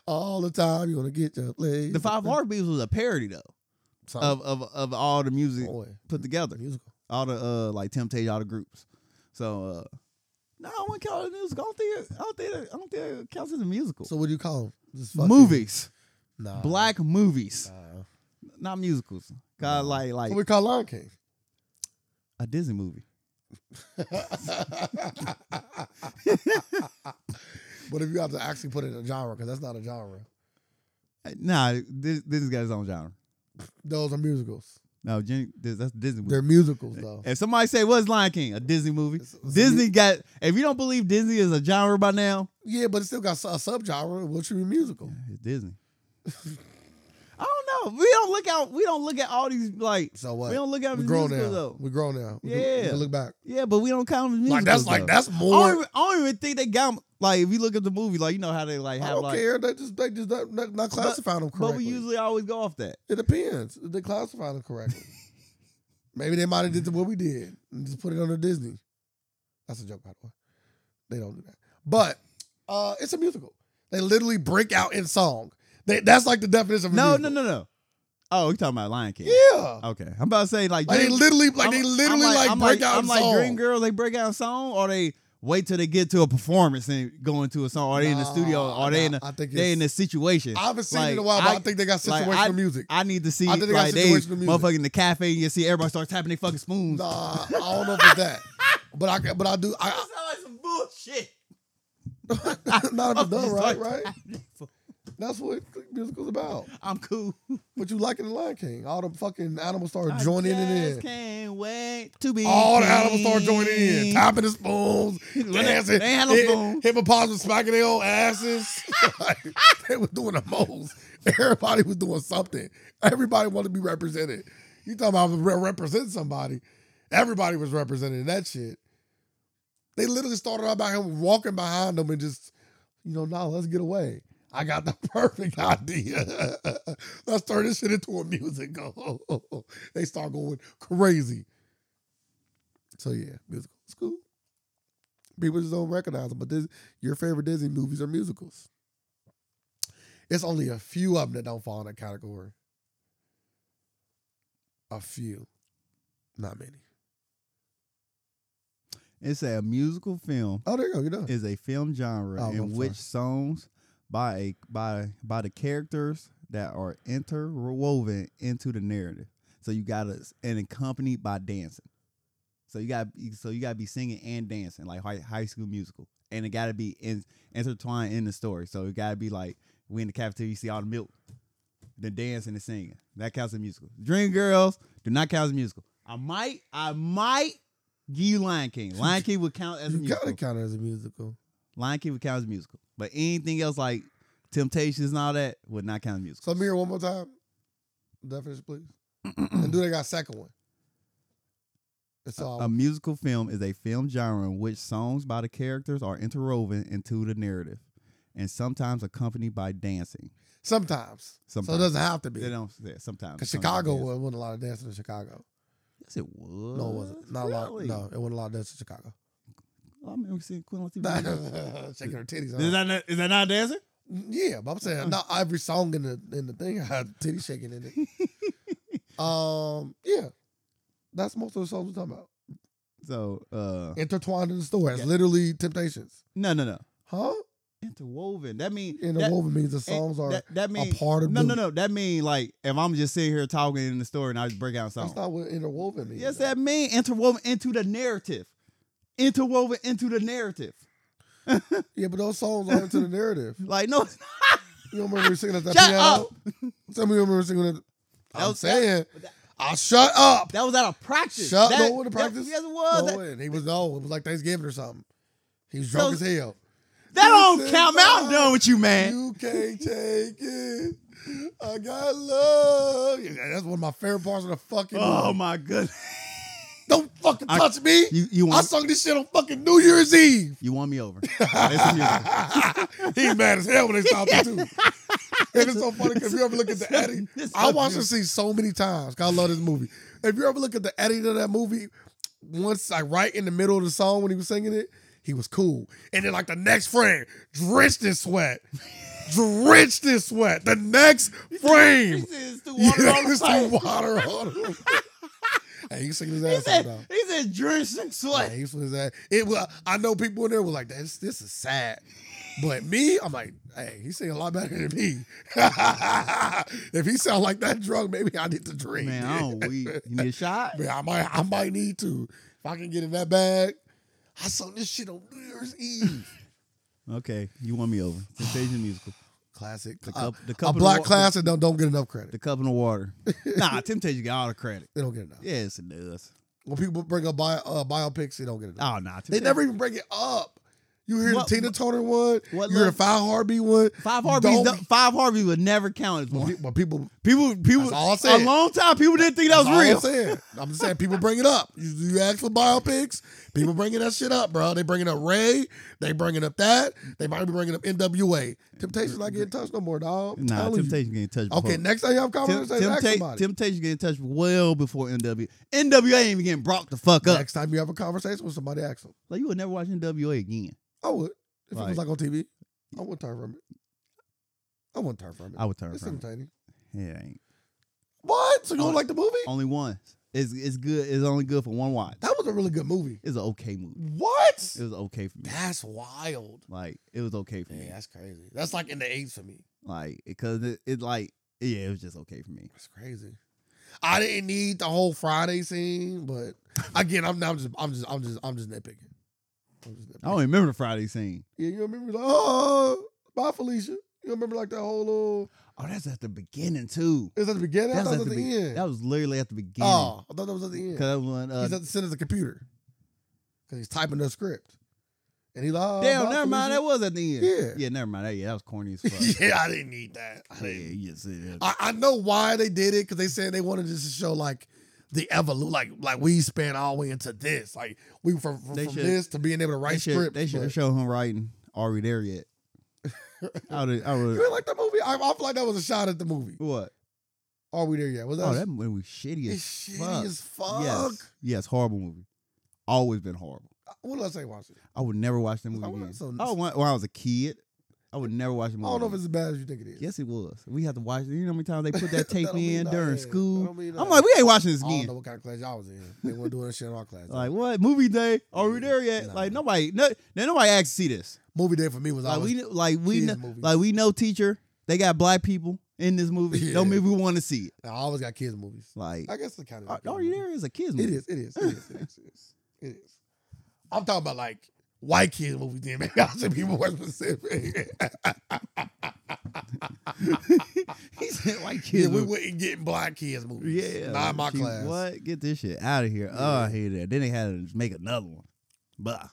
Speaker 2: All the time, you want to get your legs.
Speaker 1: the Five Heartbeats was a parody though of,
Speaker 2: Something.
Speaker 1: of of all the music
Speaker 2: Boy,
Speaker 1: put together,
Speaker 2: Oh, musical.
Speaker 1: all the uh like Temptation, all the groups. So uh no, I wouldn't call it a musical. I don't think it- I don't think it- I don't think it counts as a musical.
Speaker 2: So what do you call them? Just fucking-
Speaker 1: movies,
Speaker 2: Nah.
Speaker 1: black movies,
Speaker 2: Nah.
Speaker 1: not musicals. God,
Speaker 2: Nah.
Speaker 1: like like
Speaker 2: What we call Lion King?
Speaker 1: a Disney movie.
Speaker 2: But if you have to actually put it in a genre, because that's not a genre.
Speaker 1: Nah, this Disney's got his own genre.
Speaker 2: Those are musicals.
Speaker 1: No, Jen, this, that's Disney. Movie.
Speaker 2: They're musicals, though.
Speaker 1: If somebody say what's Lion King, a Disney movie.
Speaker 2: It's- it's a
Speaker 1: Disney got. If you don't believe Disney is a genre by now,
Speaker 2: Yeah, but it still got a subgenre, which would be musical.
Speaker 1: it's Disney. I don't know. We don't look out. We don't look at all these like.
Speaker 2: So
Speaker 1: We
Speaker 2: what?
Speaker 1: don't look at
Speaker 2: We
Speaker 1: the
Speaker 2: grown
Speaker 1: musicals
Speaker 2: now.
Speaker 1: though.
Speaker 2: We grown now. We can- we
Speaker 1: Yeah.
Speaker 2: can look back.
Speaker 1: Yeah, but we don't count them.
Speaker 2: Like that's like that's
Speaker 1: I don't,
Speaker 2: more.
Speaker 1: even, I don't even think they got like. If you look at the movie, like you know how they like
Speaker 2: I
Speaker 1: have
Speaker 2: don't
Speaker 1: like.
Speaker 2: care. They just they just not, not, not classifying them correctly.
Speaker 1: But we usually always go off that.
Speaker 2: it depends. If They classify them correctly. Maybe they might have did what we did and just put it under Disney. That's a joke, by the way. They don't do that. But uh, it's a musical. They literally break out in song. They, that's like the definition of a
Speaker 1: No, no, no,
Speaker 2: musical.
Speaker 1: no. Oh, you talking about Lion King?
Speaker 2: Yeah.
Speaker 1: Okay, I'm about to say like.
Speaker 2: Like they
Speaker 1: Dream-
Speaker 2: literally, like they
Speaker 1: I'm-
Speaker 2: literally,
Speaker 1: I'm
Speaker 2: like,
Speaker 1: I'm
Speaker 2: break out
Speaker 1: I'm
Speaker 2: in
Speaker 1: like
Speaker 2: song.
Speaker 1: Dream Girls, they break out in song, or they wait till they get to a performance and go into a song, or they in the studio,
Speaker 2: Nah,
Speaker 1: or they in
Speaker 2: nah,
Speaker 1: a,
Speaker 2: I think
Speaker 1: they in
Speaker 2: it's-
Speaker 1: a situation.
Speaker 2: I haven't seen it in a
Speaker 1: like,
Speaker 2: while, but I,
Speaker 1: I-
Speaker 2: think they got
Speaker 1: like,
Speaker 2: situational
Speaker 1: I-
Speaker 2: music.
Speaker 1: I need to see
Speaker 2: I think they got
Speaker 1: like they
Speaker 2: situational music.
Speaker 1: motherfucking in the cafe and you see everybody start tapping their fucking spoons.
Speaker 2: Nah, I don't know if it's that, but I, but I do. I,
Speaker 1: sounds like some bullshit.
Speaker 2: not if it's done
Speaker 1: Just
Speaker 2: right,
Speaker 1: like-
Speaker 2: right? That's what musicals about.
Speaker 1: I'm cool.
Speaker 2: But you liking the Lion King? All the fucking animals start
Speaker 1: I
Speaker 2: joining it
Speaker 1: just
Speaker 2: in.
Speaker 1: Can't wait to be.
Speaker 2: All the animals start joining
Speaker 1: king.
Speaker 2: in, tapping the spoons,
Speaker 1: they-
Speaker 2: dancing.
Speaker 1: they had no
Speaker 2: Hi-
Speaker 1: spoon.
Speaker 2: Hippopotamus smacking their own asses. Like, they were doing the most. Everybody was doing something. Everybody wanted to be represented. You talking about re- represent somebody? Everybody was represented in that shit. They literally started out by him walking behind them and just, you know, now let's get away. I got the perfect idea. let's turn this shit into a musical. they start going crazy. So yeah, musical. It's cool. People just don't recognize them, but this, your favorite Disney movies are musicals. It's only a few of them that don't fall in that category. A few, not many.
Speaker 1: It's a musical film
Speaker 2: Oh, there you go. You're done.
Speaker 1: is a film genre
Speaker 2: Oh,
Speaker 1: in
Speaker 2: I'm
Speaker 1: which songs by a by by the characters that are interwoven into the narrative. So you got to and accompanied by dancing. So you got so you got to be singing and dancing like high, high school musical, and it got to be in, intertwined in the story. So it got to be like we in the cafeteria, you see all the milk, the dancing and singing. That counts as musical. Dream Girls do not count as musical. I might I might give you Lion King. Lion King would count as a
Speaker 2: you
Speaker 1: musical.
Speaker 2: gotta count it as a musical.
Speaker 1: Lion King would count as musical, but anything else like Temptations and all that would not count as musical.
Speaker 2: So mirror one more time. Definition, please. and do they got a second one? It's all
Speaker 1: a musical film is a film genre in which songs by the characters are interwoven into the narrative, and sometimes accompanied by dancing.
Speaker 2: sometimes. So it
Speaker 1: Sometimes
Speaker 2: doesn't have to be.
Speaker 1: they don't say it, sometimes.
Speaker 2: Because
Speaker 1: sometimes it
Speaker 2: Chicago
Speaker 1: is.
Speaker 2: wasn't a lot of dancing in Chicago.
Speaker 1: Yes, it was.
Speaker 2: No, it wasn't. Not
Speaker 1: Really? Oh,
Speaker 2: a lot. No, it wasn't a lot of dancing in Chicago.
Speaker 1: I remember seeing Queen on TV.
Speaker 2: Shaking her titties.
Speaker 1: is
Speaker 2: Out.
Speaker 1: that not, is that not dancing?
Speaker 2: Yeah, but I'm saying not every song in the in the thing had titty shaking in it. um, yeah, that's most of the songs we're talking about.
Speaker 1: So uh,
Speaker 2: Intertwined in the story. It's
Speaker 1: Yeah.
Speaker 2: literally Temptations,
Speaker 1: no, no, no.
Speaker 2: huh?
Speaker 1: Interwoven. That means
Speaker 2: Interwoven means the songs are
Speaker 1: that, that means
Speaker 2: a part of.
Speaker 1: no, no,
Speaker 2: music.
Speaker 1: no. That mean like if I'm just sitting here talking in the store and I just break out a song.
Speaker 2: That's not what interwoven means.
Speaker 1: Yes, that mean interwoven into the narrative. interwoven into the narrative.
Speaker 2: Yeah, but those songs are into the narrative.
Speaker 1: Like, no, it's
Speaker 2: You don't remember singing at that
Speaker 1: Shut
Speaker 2: piano?
Speaker 1: up.
Speaker 2: Tell me you remember singing at I'm
Speaker 1: was-
Speaker 2: saying, I'll shut up.
Speaker 1: that was out of practice.
Speaker 2: Shut
Speaker 1: that,
Speaker 2: no one to
Speaker 1: that-
Speaker 2: practice.
Speaker 1: yes, it was.
Speaker 2: No
Speaker 1: that
Speaker 2: one. He was no. It was like Thanksgiving or something. He was drunk
Speaker 1: So-
Speaker 2: as hell.
Speaker 1: that don't
Speaker 2: Listen,
Speaker 1: count. Man, I'm
Speaker 2: man.
Speaker 1: done with you, man.
Speaker 2: You can't take it. I got love. Yeah, that's one of my favorite parts of the fucking.
Speaker 1: Oh
Speaker 2: movie.
Speaker 1: my goodness.
Speaker 2: Don't fucking
Speaker 1: I-
Speaker 2: touch me.
Speaker 1: You you
Speaker 2: I
Speaker 1: want
Speaker 2: sung this shit on fucking New Year's Eve.
Speaker 1: you won me over.
Speaker 2: He's mad as hell when they stopped it too. And it's so funny because if you ever look at the edit,
Speaker 1: It's so
Speaker 2: I watched
Speaker 1: good.
Speaker 2: this scene so many times. 'cause I love this movie. If you ever look at the edit of that movie, once like right in the middle of the song when he was singing it, he was cool. And then like the next frame, drenched in sweat, drenched in sweat. The next
Speaker 1: He
Speaker 2: frame,
Speaker 1: said it's too
Speaker 2: yeah,
Speaker 1: water on the
Speaker 2: it's
Speaker 1: plate.
Speaker 2: too water on him. hey, he singing his
Speaker 1: He
Speaker 2: ass off though.
Speaker 1: said he said drenched in
Speaker 2: Yeah,
Speaker 1: sweat.
Speaker 2: he was that. It was. I know people in there were like, "This, this is sad," but me, I'm like, "Hey, he sing a lot better than me." if he sound like that drunk, maybe I need to drink.
Speaker 1: Man, I don't weak. You need a shot?
Speaker 2: Man, I might, I might need to. If I can get in that bag, I sung this shit on New Year's Eve.
Speaker 1: Okay, you won me over. Temptation musical.
Speaker 2: Classic.
Speaker 1: The
Speaker 2: Uh,
Speaker 1: cup, the
Speaker 2: a
Speaker 1: cup of
Speaker 2: black
Speaker 1: the, wa-
Speaker 2: classic don't don't get enough credit.
Speaker 1: The cup and the water. nah, Temptation got all the credit.
Speaker 2: They don't get enough.
Speaker 1: Yes, it does.
Speaker 2: When people bring up bio, uh, biopics, they don't get enough.
Speaker 1: Oh nah,
Speaker 2: They
Speaker 1: Temptation-
Speaker 2: never even bring it up. You hear
Speaker 1: What-
Speaker 2: the Tina Turner one.
Speaker 1: what
Speaker 2: you hear the
Speaker 1: love-
Speaker 2: Five Harvey one.
Speaker 1: five Harveys.
Speaker 2: Don't-
Speaker 1: don't- Five Harveys would never count as
Speaker 2: When
Speaker 1: one.
Speaker 2: pe- when people
Speaker 1: People, people.
Speaker 2: That's all I'm saying.
Speaker 1: A long time, people didn't think that
Speaker 2: That's all
Speaker 1: was real.
Speaker 2: I'm saying. I'm just saying people bring it up. You, you ask for biopics, people bringing that shit up, bro. They bringing up Ray, they bringing up that, they might be bringing up NWA. Temptation's not getting touched no more, dog.
Speaker 1: Nah, Temptation getting touched.
Speaker 2: Okay,
Speaker 1: before.
Speaker 2: next time you have
Speaker 1: Tem-
Speaker 2: conversations, ask
Speaker 1: Tempta-
Speaker 2: somebody.
Speaker 1: Temptation getting touched well before NWA. NWA ain't even getting brought the fuck up.
Speaker 2: Next time you have a conversation with somebody, ask them.
Speaker 1: Like you would never watch NWA again.
Speaker 2: I would if it
Speaker 1: Right.
Speaker 2: was like on TV. I wouldn't turn from it. I wouldn't turn from it.
Speaker 1: I would turn
Speaker 2: it's
Speaker 1: from. it. Oh,
Speaker 2: entertaining.
Speaker 1: Yeah, ain't.
Speaker 2: What? So you don't
Speaker 1: Only-
Speaker 2: like the movie?
Speaker 1: only one. It's it's good. It's only good for one watch.
Speaker 2: That was a really good movie.
Speaker 1: It's an okay movie.
Speaker 2: What?
Speaker 1: It was okay for me.
Speaker 2: That's wild.
Speaker 1: Like it was okay for
Speaker 2: Yeah,
Speaker 1: me.
Speaker 2: that's crazy. That's like in the eights for me.
Speaker 1: Like because it, it like yeah, it was just okay for me.
Speaker 2: That's crazy. I didn't need the whole Friday scene, but again, I'm, I'm just, I'm just, I'm just, I'm just nitpicking. I'm just
Speaker 1: I
Speaker 2: nitpicking.
Speaker 1: don't even remember the Friday scene.
Speaker 2: yeah, you remember like, oh, bye Felicia. You remember like that whole little?
Speaker 1: Oh, that's at the beginning too.
Speaker 2: Is that the beginning? I
Speaker 1: That
Speaker 2: thought
Speaker 1: was
Speaker 2: it
Speaker 1: at
Speaker 2: was
Speaker 1: the
Speaker 2: at
Speaker 1: be-
Speaker 2: the end.
Speaker 1: That was literally at the beginning.
Speaker 2: oh, I thought that was at the end.
Speaker 1: Cause that was when uh,
Speaker 2: he's at the center of the computer because he's typing the script, and he like, oh,
Speaker 1: Damn,
Speaker 2: bye,
Speaker 1: never mind. That
Speaker 2: Felicia.
Speaker 1: was at the end.
Speaker 2: Yeah.
Speaker 1: Yeah, never mind. That, yeah, that was corny as fuck.
Speaker 2: yeah, I didn't need that. I
Speaker 1: yeah,
Speaker 2: didn't
Speaker 1: you just said that.
Speaker 2: I, I know why they did it because they said they wanted this to show like the evolution, like like we span all the way into this, like we from, from,
Speaker 1: They
Speaker 2: from
Speaker 1: should-
Speaker 2: this to being able to
Speaker 1: they
Speaker 2: write
Speaker 1: should,
Speaker 2: scripts.
Speaker 1: They should
Speaker 2: but-
Speaker 1: show him writing. Are we there yet? I would. I
Speaker 2: You
Speaker 1: would.
Speaker 2: ain't like the movie? I, I feel like that was a shot at the movie.
Speaker 1: What?
Speaker 2: Are we there yet? Was that?
Speaker 1: Oh, that movie was shitty as
Speaker 2: it's shitty
Speaker 1: fuck.
Speaker 2: as fuck.
Speaker 1: Yes. Yes. Horrible movie. Always been horrible.
Speaker 2: What did I say? Watch it.
Speaker 1: I would never watch that movie
Speaker 2: I was
Speaker 1: again.
Speaker 2: so-
Speaker 1: Oh, when, when I was a kid, I would never watch the
Speaker 2: I
Speaker 1: movie.
Speaker 2: don't know if
Speaker 1: again.
Speaker 2: it's as bad as you think it is.
Speaker 1: Yes, it was. We had to watch. You know how many times they put that
Speaker 2: That
Speaker 1: tape
Speaker 2: don't mean
Speaker 1: in
Speaker 2: nothing.
Speaker 1: during
Speaker 2: That
Speaker 1: school?
Speaker 2: don't mean
Speaker 1: I'm
Speaker 2: nothing.
Speaker 1: like, we ain't watching this
Speaker 2: I don't know
Speaker 1: again.
Speaker 2: what kind of class y'all was in. They weren't doing that shit in our class.
Speaker 1: Like what movie day? Are we
Speaker 2: Yeah,
Speaker 1: there yet?
Speaker 2: nah.
Speaker 1: Like nobody, no, now nobody asked to see this.
Speaker 2: movie day for me was
Speaker 1: Like
Speaker 2: always
Speaker 1: we, kn- like we,
Speaker 2: kids
Speaker 1: kn-
Speaker 2: movies.
Speaker 1: like we know teacher. They got black people in this movie.
Speaker 2: Yeah.
Speaker 1: Don't mean we want to see it.
Speaker 2: I always got kids movies.
Speaker 1: Like, uh,
Speaker 2: I guess it kind of.
Speaker 1: are, are you there? Is a kids
Speaker 2: It
Speaker 1: movie.
Speaker 2: is. It is. It is. It is. It is. It is. I'm talking about like white kids movies. Then maybe I should be more specific.
Speaker 1: he said like kids.
Speaker 2: yeah, we
Speaker 1: movie.
Speaker 2: wouldn't get black kids movies.
Speaker 1: yeah,
Speaker 2: not in my
Speaker 1: she-
Speaker 2: class.
Speaker 1: What? Get this shit out of here. Oh, I hate that. Then they had to make another one. But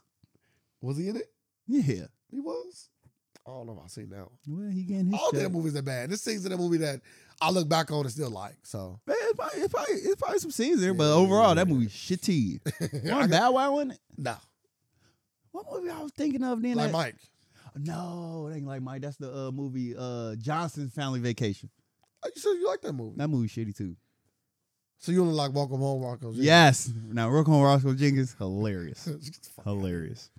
Speaker 2: Was he in it?
Speaker 1: yeah,
Speaker 2: He was. I don't know if I seen that one.
Speaker 1: well, he getting his.
Speaker 2: All
Speaker 1: shot.
Speaker 2: the movies are bad. There's things in the movie that I look back on and still like. So
Speaker 1: Man, it's probably, it's probably, it's probably some scenes there, but
Speaker 2: Yeah,
Speaker 1: overall,
Speaker 2: yeah,
Speaker 1: that
Speaker 2: yeah.
Speaker 1: movie shitty.
Speaker 2: I
Speaker 1: One
Speaker 2: got-
Speaker 1: Bow Wow in it.
Speaker 2: no,
Speaker 1: What movie I was thinking of then?
Speaker 2: like
Speaker 1: that-
Speaker 2: Mike.
Speaker 1: No, it ain't like Mike. That's the uh, movie uh, Johnson's Family Vacation.
Speaker 2: Oh, You said you like that movie.
Speaker 1: That movie shitty too.
Speaker 2: So you only like Welcome Home, Rocco?
Speaker 1: Yes. Now Rocco Roscoe Jenkins, hilarious,
Speaker 2: Hilarious.
Speaker 1: hilarious.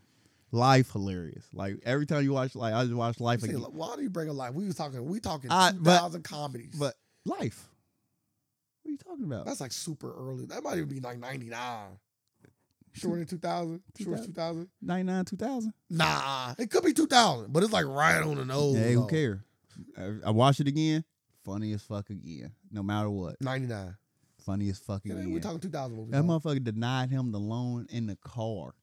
Speaker 1: Life hilarious. Like every time you watch, like I just watch Life
Speaker 2: See,
Speaker 1: again.
Speaker 2: like, why do you bring a life? We was talking. We talking
Speaker 1: I-
Speaker 2: two
Speaker 1: but-
Speaker 2: thousand comedies.
Speaker 1: But Life. What are you talking about?
Speaker 2: That's like super early. That might even be like 99. Short in 2000? Short
Speaker 1: 2000?
Speaker 2: 2000?
Speaker 1: Ninety nine, two thousand.
Speaker 2: Nah. It could be 2000, but it's like right on the nose.
Speaker 1: hey, who
Speaker 2: though.
Speaker 1: care? I, I watch it again. Funny as fuck again. No matter what,
Speaker 2: 99.
Speaker 1: funny as fuck
Speaker 2: Yeah,
Speaker 1: again.
Speaker 2: We're talking 2000 movies.
Speaker 1: That
Speaker 2: though.
Speaker 1: motherfucker denied him the loan in the car.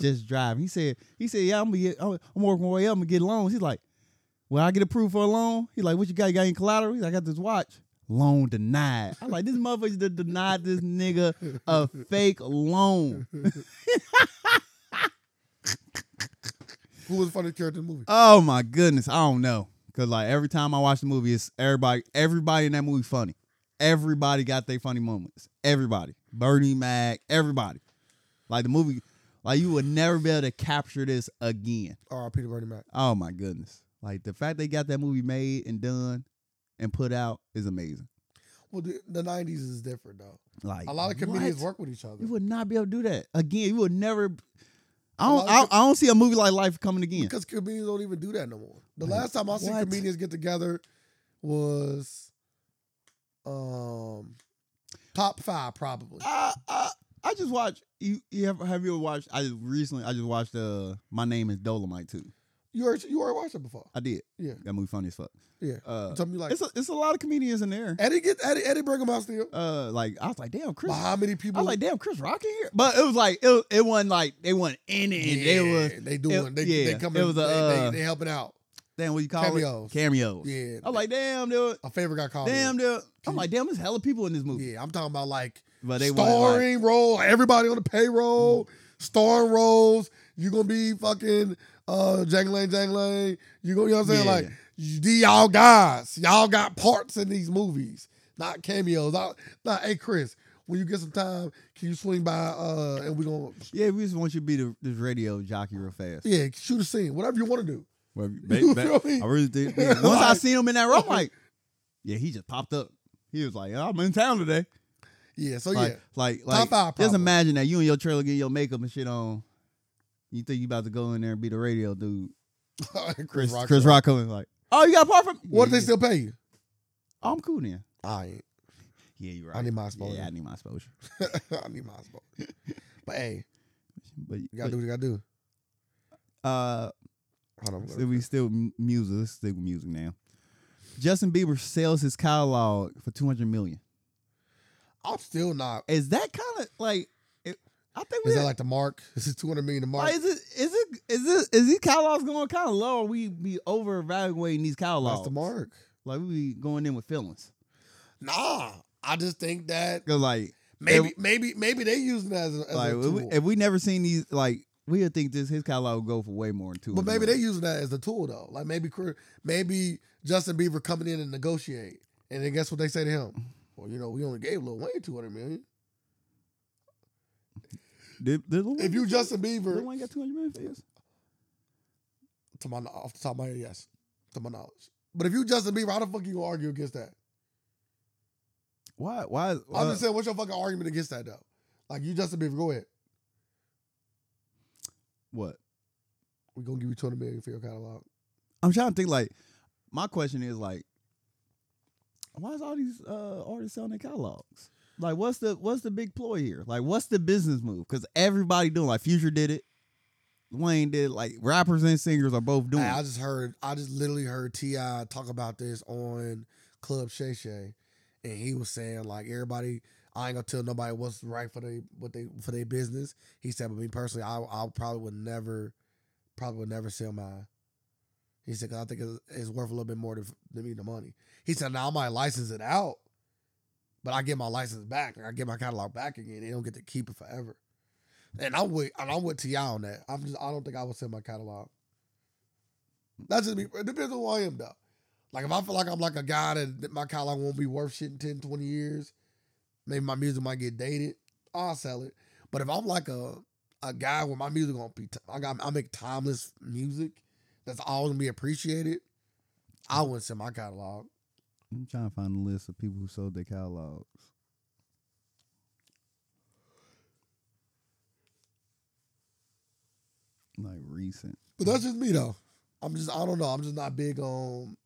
Speaker 1: just driving. He said, he said, yeah, I'm gonna get, I'm, I'm working my way up. I'm gonna get loans. He's like, well, I get approved for a loan. He's like, what you got? You got any collateral? He's like, I got this watch. Loan denied. I'm like, this motherfucker done denied this nigga a fake loan.
Speaker 2: Who was the funniest character in the movie?
Speaker 1: Oh my goodness, I don't know. Cause like every time I watch the movie, it's everybody, everybody in that movie funny. Everybody got their funny moments. Everybody, Bernie Mac, everybody. Like the movie, like you would never be able to capture this again.
Speaker 2: R. Peter Bernie Mac.
Speaker 1: Oh my goodness! Like the fact they got that movie made and done and put out is amazing.
Speaker 2: Well, the, the '90s is different though.
Speaker 1: Like
Speaker 2: A lot of comedians work with each other
Speaker 1: You would not be able to do that again. You would never. I
Speaker 2: A
Speaker 1: don't.
Speaker 2: lot of
Speaker 1: I, I don't see a movie like Life coming again.
Speaker 2: because comedians don't even do that no more. The
Speaker 1: Like,
Speaker 2: last time I seen
Speaker 1: what?
Speaker 2: comedians get together was um top five probably.
Speaker 1: I, I I just watched. You, you have, have you ever watched? I just recently. I just watched. Uh, my name is Dolomite too.
Speaker 2: You already, you already watched it before.
Speaker 1: I did.
Speaker 2: Yeah.
Speaker 1: that movie funny as fuck.
Speaker 2: Yeah.
Speaker 1: Uh,
Speaker 2: Something you like.
Speaker 1: it's a, it's a lot of comedians in there.
Speaker 2: Eddie get Eddie Eddie bring him out still.
Speaker 1: Uh, like I was like, damn, Chris.
Speaker 2: But how many people?
Speaker 1: I was like, damn, Chris Rock in here. But it was like it, was- it wasn't like they wasn't in it. And
Speaker 2: yeah,
Speaker 1: they was
Speaker 2: they doing they, they
Speaker 1: yeah,
Speaker 2: coming
Speaker 1: it was a,
Speaker 2: they, they,
Speaker 1: uh,
Speaker 2: they helping out.
Speaker 1: damn. What you call
Speaker 2: Cameos.
Speaker 1: it? Cameos.
Speaker 2: Yeah.
Speaker 1: I'm like, damn, dude.
Speaker 2: a favorite got called.
Speaker 1: Damn,
Speaker 2: in.
Speaker 1: dude. I'm like, damn, there's hella people in this movie.
Speaker 2: Yeah, I'm talking about like
Speaker 1: But they weren't, like- Mm-hmm.
Speaker 2: starring role, everybody on the payroll, starring roles. You gonna be fucking uh Jang Lane, Jang Lane. You gonna you know what I'm saying?
Speaker 1: Yeah.
Speaker 2: Like you- the y'all guys, y'all got parts in these movies, not cameos. Not, not hey Chris, when you get some time, can you swing by uh and we gonna
Speaker 1: Yeah, we just want you to be the, this radio jockey real fast.
Speaker 2: yeah, shoot a scene, whatever you wanna do.
Speaker 1: Well, ba-
Speaker 2: You
Speaker 1: ba-
Speaker 2: feel me?
Speaker 1: I really think yeah, once I
Speaker 2: Like-
Speaker 1: seen him in that room, I'm like, yeah, he just popped up. He was like, I'm in town today.
Speaker 2: Yeah, so
Speaker 1: like,
Speaker 2: Oh, yeah.
Speaker 1: like,
Speaker 2: Top
Speaker 1: like,
Speaker 2: five
Speaker 1: just
Speaker 2: problem.
Speaker 1: imagine that you and your trailer get your makeup and shit on. You think you about to go in there and be the radio dude?
Speaker 2: Chris,
Speaker 1: Chris,
Speaker 2: Rock.
Speaker 1: Chris Rock coming like, oh, you got a part from? yeah,
Speaker 2: What if they still pay you?
Speaker 1: yeah. I'm cool then.
Speaker 2: I ain't.
Speaker 1: Yeah, you're right.
Speaker 2: I need my exposure.
Speaker 1: Yeah, I need my exposure.
Speaker 2: I need my exposure. But hey,
Speaker 1: But,
Speaker 2: you gotta do what you gotta do.
Speaker 1: uh,
Speaker 2: Hold on. I'm
Speaker 1: So we still m- music. Let's stick with music now. Justin Bieber sells his catalog for two hundred million.
Speaker 2: I'm still not.
Speaker 1: Is that kind of like? It, I think we.
Speaker 2: Is that
Speaker 1: like,
Speaker 2: like the mark? This is 200 million the mark.
Speaker 1: is it? Is it? Is it? Is these catalogs going kind of low? Or we be over evaluating these catalogs?
Speaker 2: That's the mark.
Speaker 1: Like we be going in with feelings.
Speaker 2: Nah, I just think that
Speaker 1: Cause like,
Speaker 2: maybe maybe maybe they using that as, a, as
Speaker 1: like
Speaker 2: a
Speaker 1: if we,
Speaker 2: tool.
Speaker 1: if we never seen these, like we would think this his catalog would go for way more than two.
Speaker 2: but maybe they using that as a tool though. Like maybe Chris- maybe Justin Bieber coming in and negotiate, and then guess what they say to him? Well, you know, we only gave Lil Wayne 200 million.
Speaker 1: Did, did Lil
Speaker 2: If you
Speaker 1: Wayne-
Speaker 2: Justin
Speaker 1: Lil
Speaker 2: Bieber,
Speaker 1: Wayne got two hundred million for this?
Speaker 2: to my kno- off the top of my head, yes, to my knowledge. But if you Justin Bieber, how the fuck you gonna argue against that?
Speaker 1: Why? Why?
Speaker 2: I'm
Speaker 1: uh,
Speaker 2: just saying, what's your fucking argument against that though? Like you Justin Bieber, go ahead.
Speaker 1: what?
Speaker 2: We're gonna give you 200 million for your catalog.
Speaker 1: I'm trying to think. Like, my question is like, why is all these uh, artists selling their catalogs? Like, what's the what's the big ploy here? Like, what's the business move? Because everybody doing like Future did it, Wayne did. it, Like, rappers and singers are both doing.
Speaker 2: Hey, I
Speaker 1: it.
Speaker 2: just heard, I just literally heard Ti talk about this on Club Shay Shay, and he was saying like everybody, I ain't gonna tell nobody what's right for they what they for their business. He said, but me personally, I I probably would never, probably would never sell mine. He said, 'cause I think it's, it's worth a little bit more than, than me the money. He said, now I might license it out, but I get my license back. Like, I get my catalog back again. They don't get to keep it forever. And I'm with and I'm with Ti on that. I'm just I don't think I would sell my catalog. That's just me. It depends on who I am, though. Like, if I feel like I'm like a guy that, that my catalog won't be worth shit in 10, 20 years, maybe my music might get dated, I'll sell it. But if I'm like a a guy where my music gonna be, t- I, got, I make timeless music that's always gonna be appreciated, I wouldn't sell my catalog.
Speaker 1: I'm trying to find a list of people who sold their catalogs. Like recent.
Speaker 2: But that's just me, though. I'm just, I don't know. I'm just not big on,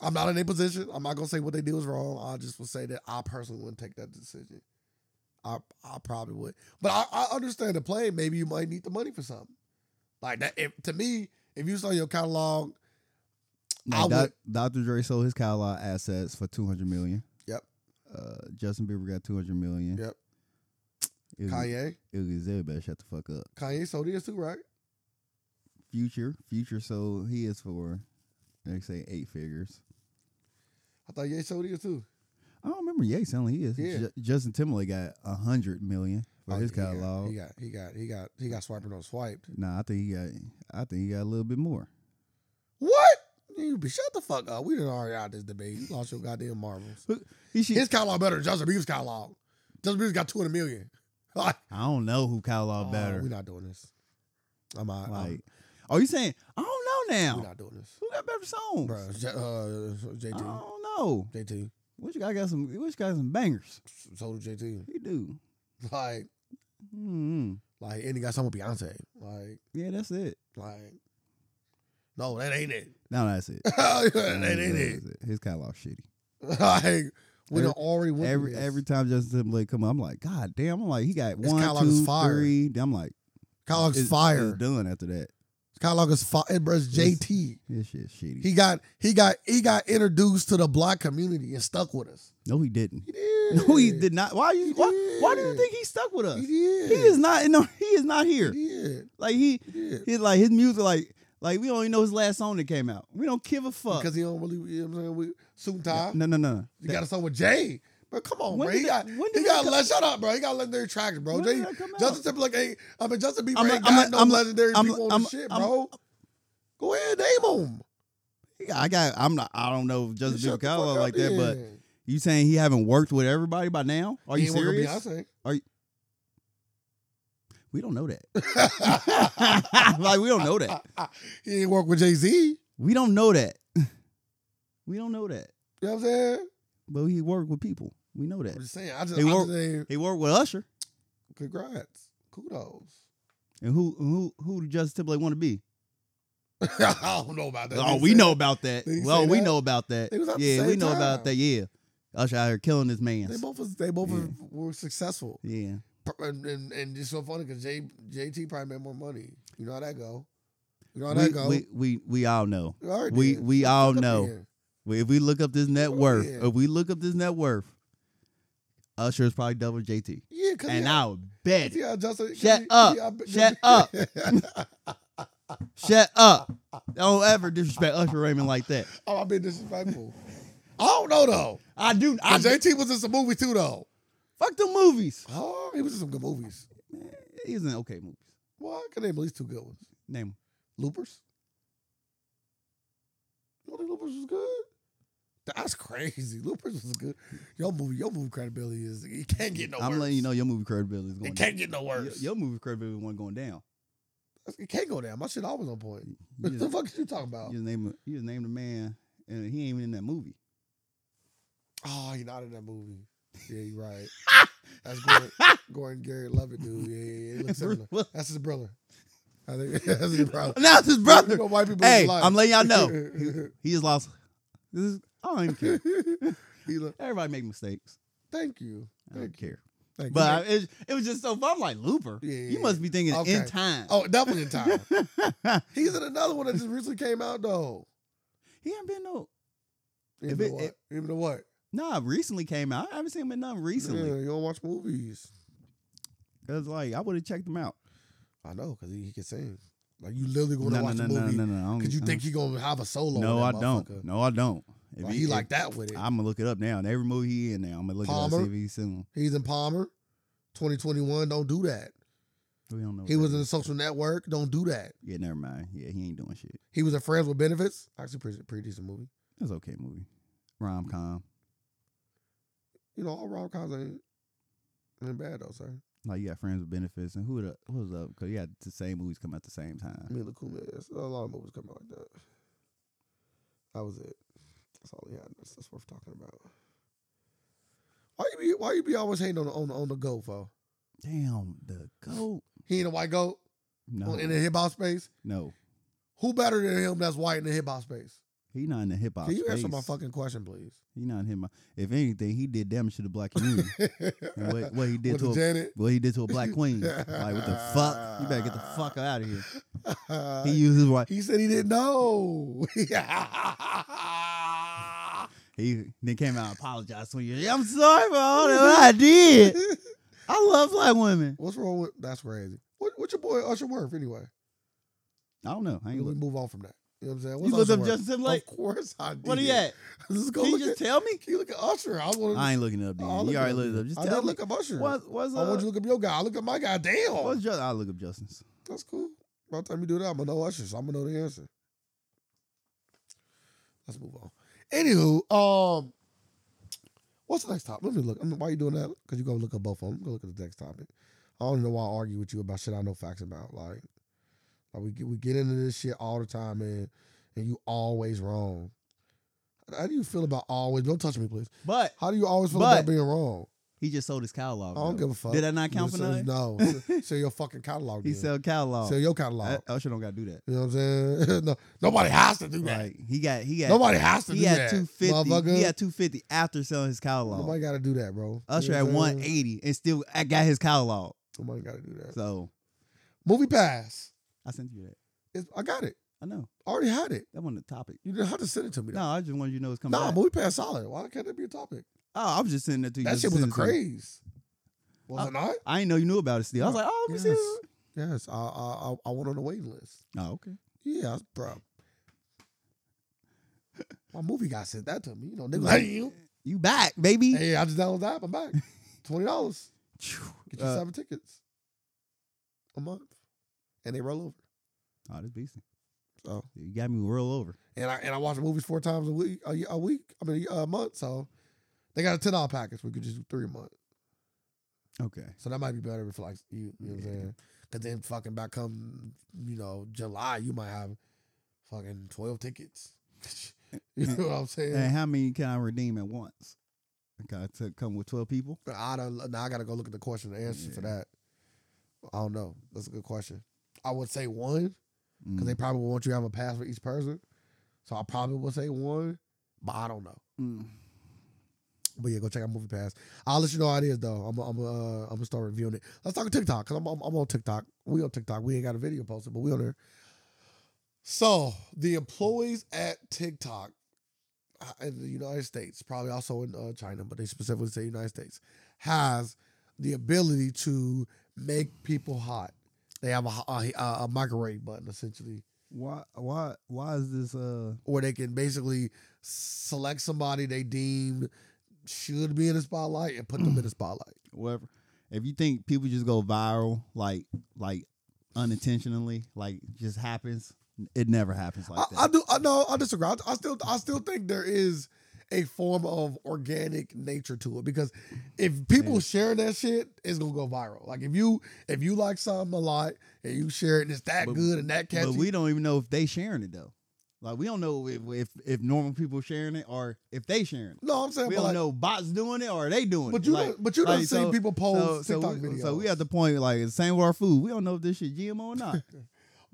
Speaker 2: I'm not in a position. I'm not gonna say what they did was wrong. I just will say that I personally wouldn't take that decision. I I probably would, but I, I understand the play. Maybe you might need the money for something like that. If, to me, if you sell your catalog, I
Speaker 1: Like Doc- Dr. Dre sold his catalog assets for two hundred million.
Speaker 2: Yep.
Speaker 1: Uh, Justin Bieber got two hundred million.
Speaker 2: Yep.
Speaker 1: It was,
Speaker 2: Kanye.
Speaker 1: it was everybody shut the fuck up.
Speaker 2: Kanye sold his too, right?
Speaker 1: Future, future. So he is for, they say eight figures.
Speaker 2: I thought Ye sold his too.
Speaker 1: I don't remember Ye selling his.
Speaker 2: Yeah.
Speaker 1: Ju- Justin Timberlake got a hundred million for
Speaker 2: Oh,
Speaker 1: his
Speaker 2: he got-
Speaker 1: catalog.
Speaker 2: He got he got he got he got swiped on swiped.
Speaker 1: Nah, I think he got. I think he got a little bit more.
Speaker 2: What? You be shut the fuck up. We done already out this debate. You lost your goddamn marbles.
Speaker 1: He should,
Speaker 2: His catalog better than Justin Bieber's catalog. Justin Bieber's got two hundred million. Like,
Speaker 1: I don't know who catalog better.
Speaker 2: We're Oh, not doing this. I'm out.
Speaker 1: like, are you saying I don't know
Speaker 2: I'm,
Speaker 1: now?
Speaker 2: we're not doing this,
Speaker 1: who got better songs?
Speaker 2: bro. J- uh,
Speaker 1: I
Speaker 2: JT,
Speaker 1: don't know.
Speaker 2: JT,
Speaker 1: Which guy got some? Which guy got some bangers?
Speaker 2: so did JT.
Speaker 1: He do.
Speaker 2: Like,
Speaker 1: mm
Speaker 2: like, and he got some with Beyonce. Like,
Speaker 1: Yeah, that's it.
Speaker 2: like, no, that ain't it.
Speaker 1: No, that's it.
Speaker 2: that
Speaker 1: That's
Speaker 2: ain't
Speaker 1: it.
Speaker 2: it.
Speaker 1: That's it. His catalog shitty.
Speaker 2: Like, we done
Speaker 1: Mm. Every-
Speaker 2: already went through
Speaker 1: Every
Speaker 2: this.
Speaker 1: every time Justin Timberlake come, out, I'm like, God damn! I'm like, he got
Speaker 2: His
Speaker 1: one,
Speaker 2: catalog is
Speaker 1: two,
Speaker 2: fire.
Speaker 1: three. I'm like,
Speaker 2: catalog's
Speaker 1: it's-
Speaker 2: fire.
Speaker 1: It's done after that.
Speaker 2: catalog is fire, bro. It's
Speaker 1: It's-
Speaker 2: JT.
Speaker 1: This shit's shitty.
Speaker 2: He got he got he got introduced to the black community and stuck with us.
Speaker 1: no, he didn't.
Speaker 2: He did.
Speaker 1: No, he did not. Why
Speaker 2: He
Speaker 1: you? Why, why do you
Speaker 2: did.
Speaker 1: think he stuck with us?
Speaker 2: He
Speaker 1: He
Speaker 2: did.
Speaker 1: is not. No, he is not
Speaker 2: He
Speaker 1: here.
Speaker 2: did.
Speaker 1: Like he,
Speaker 2: He did.
Speaker 1: he like his music. Like like we don't even know his last song that came out. We don't give a fuck.
Speaker 2: Because he don't really, you know what I'm saying? We, suit and tie.
Speaker 1: no, no, no.
Speaker 2: You got a song with Jay. But come on,
Speaker 1: When
Speaker 2: bro.
Speaker 1: did
Speaker 2: He
Speaker 1: that-
Speaker 2: got,
Speaker 1: when did
Speaker 2: he
Speaker 1: that
Speaker 2: got
Speaker 1: come-
Speaker 2: let shut up, bro. He got legendary tracks, bro.
Speaker 1: When did
Speaker 2: Jay,
Speaker 1: that come out?
Speaker 2: Justin Timberlake ain't, I mean, Justin Bieber
Speaker 1: I'm
Speaker 2: ain't
Speaker 1: a-
Speaker 2: got
Speaker 1: I'm a-
Speaker 2: no
Speaker 1: I'm a-
Speaker 2: legendary
Speaker 1: I'm a-
Speaker 2: people on
Speaker 1: I'm
Speaker 2: the
Speaker 1: a-
Speaker 2: shit,
Speaker 1: I'm a-
Speaker 2: bro. Go ahead, name them.
Speaker 1: I got. I'm not. I don't know Justin Bieber catalog like that. But
Speaker 2: yeah.
Speaker 1: you saying he haven't worked with everybody by now? Are
Speaker 2: He
Speaker 1: you
Speaker 2: ain't working with
Speaker 1: serious? We don't know that.
Speaker 2: Beyonce.
Speaker 1: like we don't know that.
Speaker 2: he ain't work with Jay Z. You
Speaker 1: We don't know that. we don't know that.
Speaker 2: know what I'm saying?
Speaker 1: But he worked with people. We know
Speaker 2: I'm
Speaker 1: that.
Speaker 2: just saying. I just,
Speaker 1: He
Speaker 2: I'm
Speaker 1: work-
Speaker 2: just saying,
Speaker 1: He worked with Usher.
Speaker 2: congrats. Kudos.
Speaker 1: And who who who did Justin Timberlake want to be?
Speaker 2: I don't know about that.
Speaker 1: Oh,
Speaker 2: They
Speaker 1: we
Speaker 2: said-
Speaker 1: know about that.
Speaker 2: Did he
Speaker 1: Well,
Speaker 2: say
Speaker 1: we
Speaker 2: that?
Speaker 1: know about that.
Speaker 2: They was at the
Speaker 1: Yeah, we
Speaker 2: same
Speaker 1: know about
Speaker 2: time.
Speaker 1: that. Yeah, Usher out here killing his
Speaker 2: They
Speaker 1: man.
Speaker 2: both, was, they both
Speaker 1: Yeah.
Speaker 2: were, were successful.
Speaker 1: Yeah,
Speaker 2: Pr- and, and and it's so funny because J, JT probably made more money. You know how that go. You know how
Speaker 1: we,
Speaker 2: that go.
Speaker 1: we we we all know.
Speaker 2: You already
Speaker 1: We
Speaker 2: did.
Speaker 1: we
Speaker 2: Shut
Speaker 1: all
Speaker 2: the fuck up
Speaker 1: know.
Speaker 2: here.
Speaker 1: If we look up this net
Speaker 2: Oh,
Speaker 1: worth,
Speaker 2: yeah.
Speaker 1: if we look up this net worth, Usher is probably double JT.
Speaker 2: Yeah, because
Speaker 1: And
Speaker 2: yeah,
Speaker 1: I'll bet it.
Speaker 2: yeah, Justin,
Speaker 1: Shut up. Shut up. Shut up. Don't ever disrespect Usher Raymond like that.
Speaker 2: oh, I've been disrespectful. I don't know though.
Speaker 1: I do. I
Speaker 2: And JT was in some movies too though.
Speaker 1: fuck the movies.
Speaker 2: Oh, he was in some good movies.
Speaker 1: He's in okay movies.
Speaker 2: Well, I can name at least two good ones.
Speaker 1: Name 'em.
Speaker 2: Loopers. You think Loopers was good? That's crazy. Loopers was good. Your movie, your movie credibility is it can't get no
Speaker 1: I'm
Speaker 2: worse.
Speaker 1: letting you know your movie credibility is going
Speaker 2: It
Speaker 1: down.
Speaker 2: can't get no
Speaker 1: Your,
Speaker 2: worse.
Speaker 1: your movie credibility wasn't going down.
Speaker 2: It can't go down. My shit always on point.
Speaker 1: You
Speaker 2: What
Speaker 1: just,
Speaker 2: the fuck is you talking about?
Speaker 1: you just name a- you just named a man and he ain't even in that movie.
Speaker 2: Oh, he not in that movie. Yeah, you're right. That's Gordon, Gordon Garrett Lovett, dude. Yeah, yeah, yeah. It looks similar.
Speaker 1: Bruce
Speaker 2: That's his brother. I think that's his brother.
Speaker 1: Willis. now it's his
Speaker 2: You
Speaker 1: brother.
Speaker 2: know, white people
Speaker 1: Hey,
Speaker 2: is lying.
Speaker 1: I'm letting y'all know. He just lost. This is, I don't even care.
Speaker 2: He look-
Speaker 1: Everybody make mistakes.
Speaker 2: Thank you.
Speaker 1: I don't
Speaker 2: Thank you.
Speaker 1: care.
Speaker 2: Thank you.
Speaker 1: But I, it, it was just so fun. I'm like Looper.
Speaker 2: Yeah, yeah,
Speaker 1: you must be thinking
Speaker 2: Okay.
Speaker 1: in time.
Speaker 2: Oh, definitely in time. He's in another one that just recently came out though.
Speaker 1: he ain't been no.
Speaker 2: Even
Speaker 1: If
Speaker 2: though
Speaker 1: it-
Speaker 2: what?
Speaker 1: it-
Speaker 2: Even though what?
Speaker 1: Nah, recently came out. I haven't seen him in nothing recently.
Speaker 2: Yeah, you don't watch movies.
Speaker 1: Cause like I would have checked him out.
Speaker 2: I know, cause he, he can sing. Like you literally
Speaker 1: No,
Speaker 2: gonna
Speaker 1: no,
Speaker 2: watch
Speaker 1: no,
Speaker 2: the
Speaker 1: no,
Speaker 2: movie
Speaker 1: no, no, no. I don't-
Speaker 2: because you
Speaker 1: I
Speaker 2: think he gonna have a solo.
Speaker 1: don't-
Speaker 2: in
Speaker 1: No, I
Speaker 2: that motherfucker.
Speaker 1: don't. No, I don't. If
Speaker 2: Like, he
Speaker 1: if-
Speaker 2: like that with it.
Speaker 1: I'm gonna look it up now. And every movie he in now, I'm gonna look it up
Speaker 2: Palmer.
Speaker 1: see if he's in.
Speaker 2: He's in Palmer, 2021. Don't do that.
Speaker 1: We don't know. what
Speaker 2: He
Speaker 1: that
Speaker 2: was in the
Speaker 1: is.
Speaker 2: Social Network. Don't do that.
Speaker 1: Yeah, never mind. Yeah, he ain't doing shit.
Speaker 2: He was in Friends with Benefits. Actually, pretty, pretty decent movie.
Speaker 1: That's okay movie. Rom com.
Speaker 2: You know, all rom coms ain't, ain't bad though, sir.
Speaker 1: Like you got friends with benefits and who the who's up? Cause you got the same movies come out the same
Speaker 2: I
Speaker 1: time.
Speaker 2: mean, look who missed. A lot of movies come out like that. That was it. That's all he had. That's, that's worth talking about. Why you be Why you be always hating on the on the, on the goat for?
Speaker 1: Damn the goat.
Speaker 2: He ain't a white goat
Speaker 1: No,
Speaker 2: on- in the hip hop space.
Speaker 1: no,
Speaker 2: Who better than him that's white in the hip hop space?
Speaker 1: he not in the hip hop.
Speaker 2: Can you answer my
Speaker 1: space.
Speaker 2: fucking question, please?
Speaker 1: He not in hip hop. If anything, he did damage to the black community. And what, what he did
Speaker 2: With
Speaker 1: to
Speaker 2: the
Speaker 1: a
Speaker 2: Janet.
Speaker 1: what he did to a black queen. like what the fuck? You better get the fuck out of here. He uses white.
Speaker 2: He said he didn't know.
Speaker 1: He then came out and apologized to you. I'm sorry for all that I did. I love black women.
Speaker 2: What's wrong with that's crazy? What, what's your boy Usher worth anyway?
Speaker 1: I don't know. I
Speaker 2: We
Speaker 1: ain't look.
Speaker 2: move on from that. You know what I'm saying?
Speaker 1: You
Speaker 2: What's
Speaker 1: looked
Speaker 2: Usher
Speaker 1: up
Speaker 2: worth?
Speaker 1: Justin Timberlake.
Speaker 2: Of course I did.
Speaker 1: What are you at?
Speaker 2: Let's go
Speaker 1: Can you
Speaker 2: look
Speaker 1: just
Speaker 2: at.
Speaker 1: tell me?
Speaker 2: Can you look at Usher? I want.
Speaker 1: I ain't looking it up. Then. You already looked it up. Just
Speaker 2: I
Speaker 1: tell
Speaker 2: did
Speaker 1: me.
Speaker 2: look up Usher.
Speaker 1: What's what's
Speaker 2: I want
Speaker 1: uh?
Speaker 2: you to look up your guy. I look at my guy. Damn.
Speaker 1: What's just? I look up Justin's.
Speaker 2: That's cool. By the time you do that, I'm gonna know Usher, so I'm gonna know the answer. Let's move on. Anywho, um, what's the next topic? Let me look. I mean, why you doing that? Because you gonna look up both of them. Go look at the next topic. I don't know why I argue with you about shit I know facts about. Like, like we get, we get into this shit all the time, man, and you always wrong. How do you feel about always? Don't touch me, please.
Speaker 1: But
Speaker 2: How do you always feel
Speaker 1: But-
Speaker 2: about being wrong?
Speaker 1: he just sold his catalog.
Speaker 2: I don't
Speaker 1: though.
Speaker 2: give a fuck.
Speaker 1: Did that not count for
Speaker 2: So-
Speaker 1: nothing?
Speaker 2: No. So your fucking catalog.
Speaker 1: He "Oh."
Speaker 2: then.
Speaker 1: sell catalog.
Speaker 2: Sell your catalog.
Speaker 1: I, Usher don't got to do that.
Speaker 2: You know what I'm saying? no, nobody has to do that.
Speaker 1: Like he got he got
Speaker 2: nobody has to
Speaker 1: he
Speaker 2: do
Speaker 1: had
Speaker 2: that.
Speaker 1: two fifty.
Speaker 2: motherfucker.
Speaker 1: He had two fifty after selling his catalog.
Speaker 2: nobody got to do that, bro.
Speaker 1: Usher
Speaker 2: you know
Speaker 1: at
Speaker 2: what I'm saying?
Speaker 1: one eighty and still I got his catalog.
Speaker 2: Nobody got to do that.
Speaker 1: So
Speaker 2: Movie pass.
Speaker 1: I sent you that.
Speaker 2: It's, I got it.
Speaker 1: I know
Speaker 2: I already had it.
Speaker 1: that wasn't the topic.
Speaker 2: You didn't have to send it to me.
Speaker 1: No, I just wanted you to know it's
Speaker 2: though.
Speaker 1: coming.
Speaker 2: nah,
Speaker 1: back.
Speaker 2: movie pass solid. Why can't that be a topic?
Speaker 1: oh, I was just sending that to you.
Speaker 2: That
Speaker 1: just
Speaker 2: shit
Speaker 1: to
Speaker 2: was a
Speaker 1: send it to you.
Speaker 2: craze. Was
Speaker 1: Uh,
Speaker 2: it not?
Speaker 1: I didn't know you knew about it. Still, I was like, oh, let me see.
Speaker 2: Yes.
Speaker 1: this.
Speaker 2: Yes, I I I, I went on the waiting list.
Speaker 1: Oh, okay.
Speaker 2: Yeah, that's- bro. My movie guy sent that to me. You know, nigga, like you.
Speaker 1: You back, baby?
Speaker 2: Hey, I just downloaded the app. I'm back. Twenty dollars.
Speaker 1: Phew.
Speaker 2: Get you
Speaker 1: Uh,
Speaker 2: seven tickets a month, and they roll over.
Speaker 1: oh, this beastie.
Speaker 2: So
Speaker 1: You got me roll over.
Speaker 2: and I and I watch the movies four times a week a, ye- a week. I mean a month. So they got a ten dollar package. We could just do three a month.
Speaker 1: Okay.
Speaker 2: So that might be better for like you. You know what I'm
Speaker 1: Yeah.
Speaker 2: saying? Because then fucking back come you know July, you might have fucking twelve tickets. you know what I'm
Speaker 1: And
Speaker 2: saying?
Speaker 1: how many can I redeem at once? Okay, I took come with twelve people.
Speaker 2: I don't. Now I gotta go look at the question and answer for
Speaker 1: Yeah.
Speaker 2: that. I don't know. That's a good question. I would say one. because they
Speaker 1: Mm.
Speaker 2: probably want you to have a pass for each person. So I probably would say one, but I don't know.
Speaker 1: Mm.
Speaker 2: But yeah, go check out Movie Pass. I'll let you know how it is though. I'm I'm uh, I'm gonna start reviewing it. Let's talk TikTok because I'm, I'm I'm on TikTok. We on TikTok. We ain't got a video posted, but we on there. So the employees at TikTok uh, in the United States, probably also in uh, China, but they specifically say United States, has the ability to make people hot. They have a, ho- a, a microwave button essentially
Speaker 1: Why? Why? Why is this? Uh,
Speaker 2: or they can basically select somebody they deemed should be in the spotlight and put them in the spotlight.
Speaker 1: whatever. If you think people just go viral, like like unintentionally, like just happens, it never happens like that.
Speaker 2: I, I do. I know. I disagree. I, I still. I still think there is a form of organic nature to it because if people
Speaker 1: Yeah.
Speaker 2: share that shit, it's gonna go viral. Like if you if you like something a lot and you share it and it's that
Speaker 1: But-
Speaker 2: good and that catchy,
Speaker 1: but we don't even know if they sharing it though. Like we don't know if if, if normal people sharing it or if they sharing it.
Speaker 2: no, I'm saying,
Speaker 1: We
Speaker 2: but,
Speaker 1: don't
Speaker 2: like,
Speaker 1: know bots doing it or they doing it.
Speaker 2: but you
Speaker 1: Like-
Speaker 2: don't, but you don't
Speaker 1: like,
Speaker 2: see
Speaker 1: so-
Speaker 2: people
Speaker 1: so,
Speaker 2: post
Speaker 1: so
Speaker 2: TikTok
Speaker 1: we,
Speaker 2: videos.
Speaker 1: so we at the point like the same with our food. We don't know if this shit GMO or not.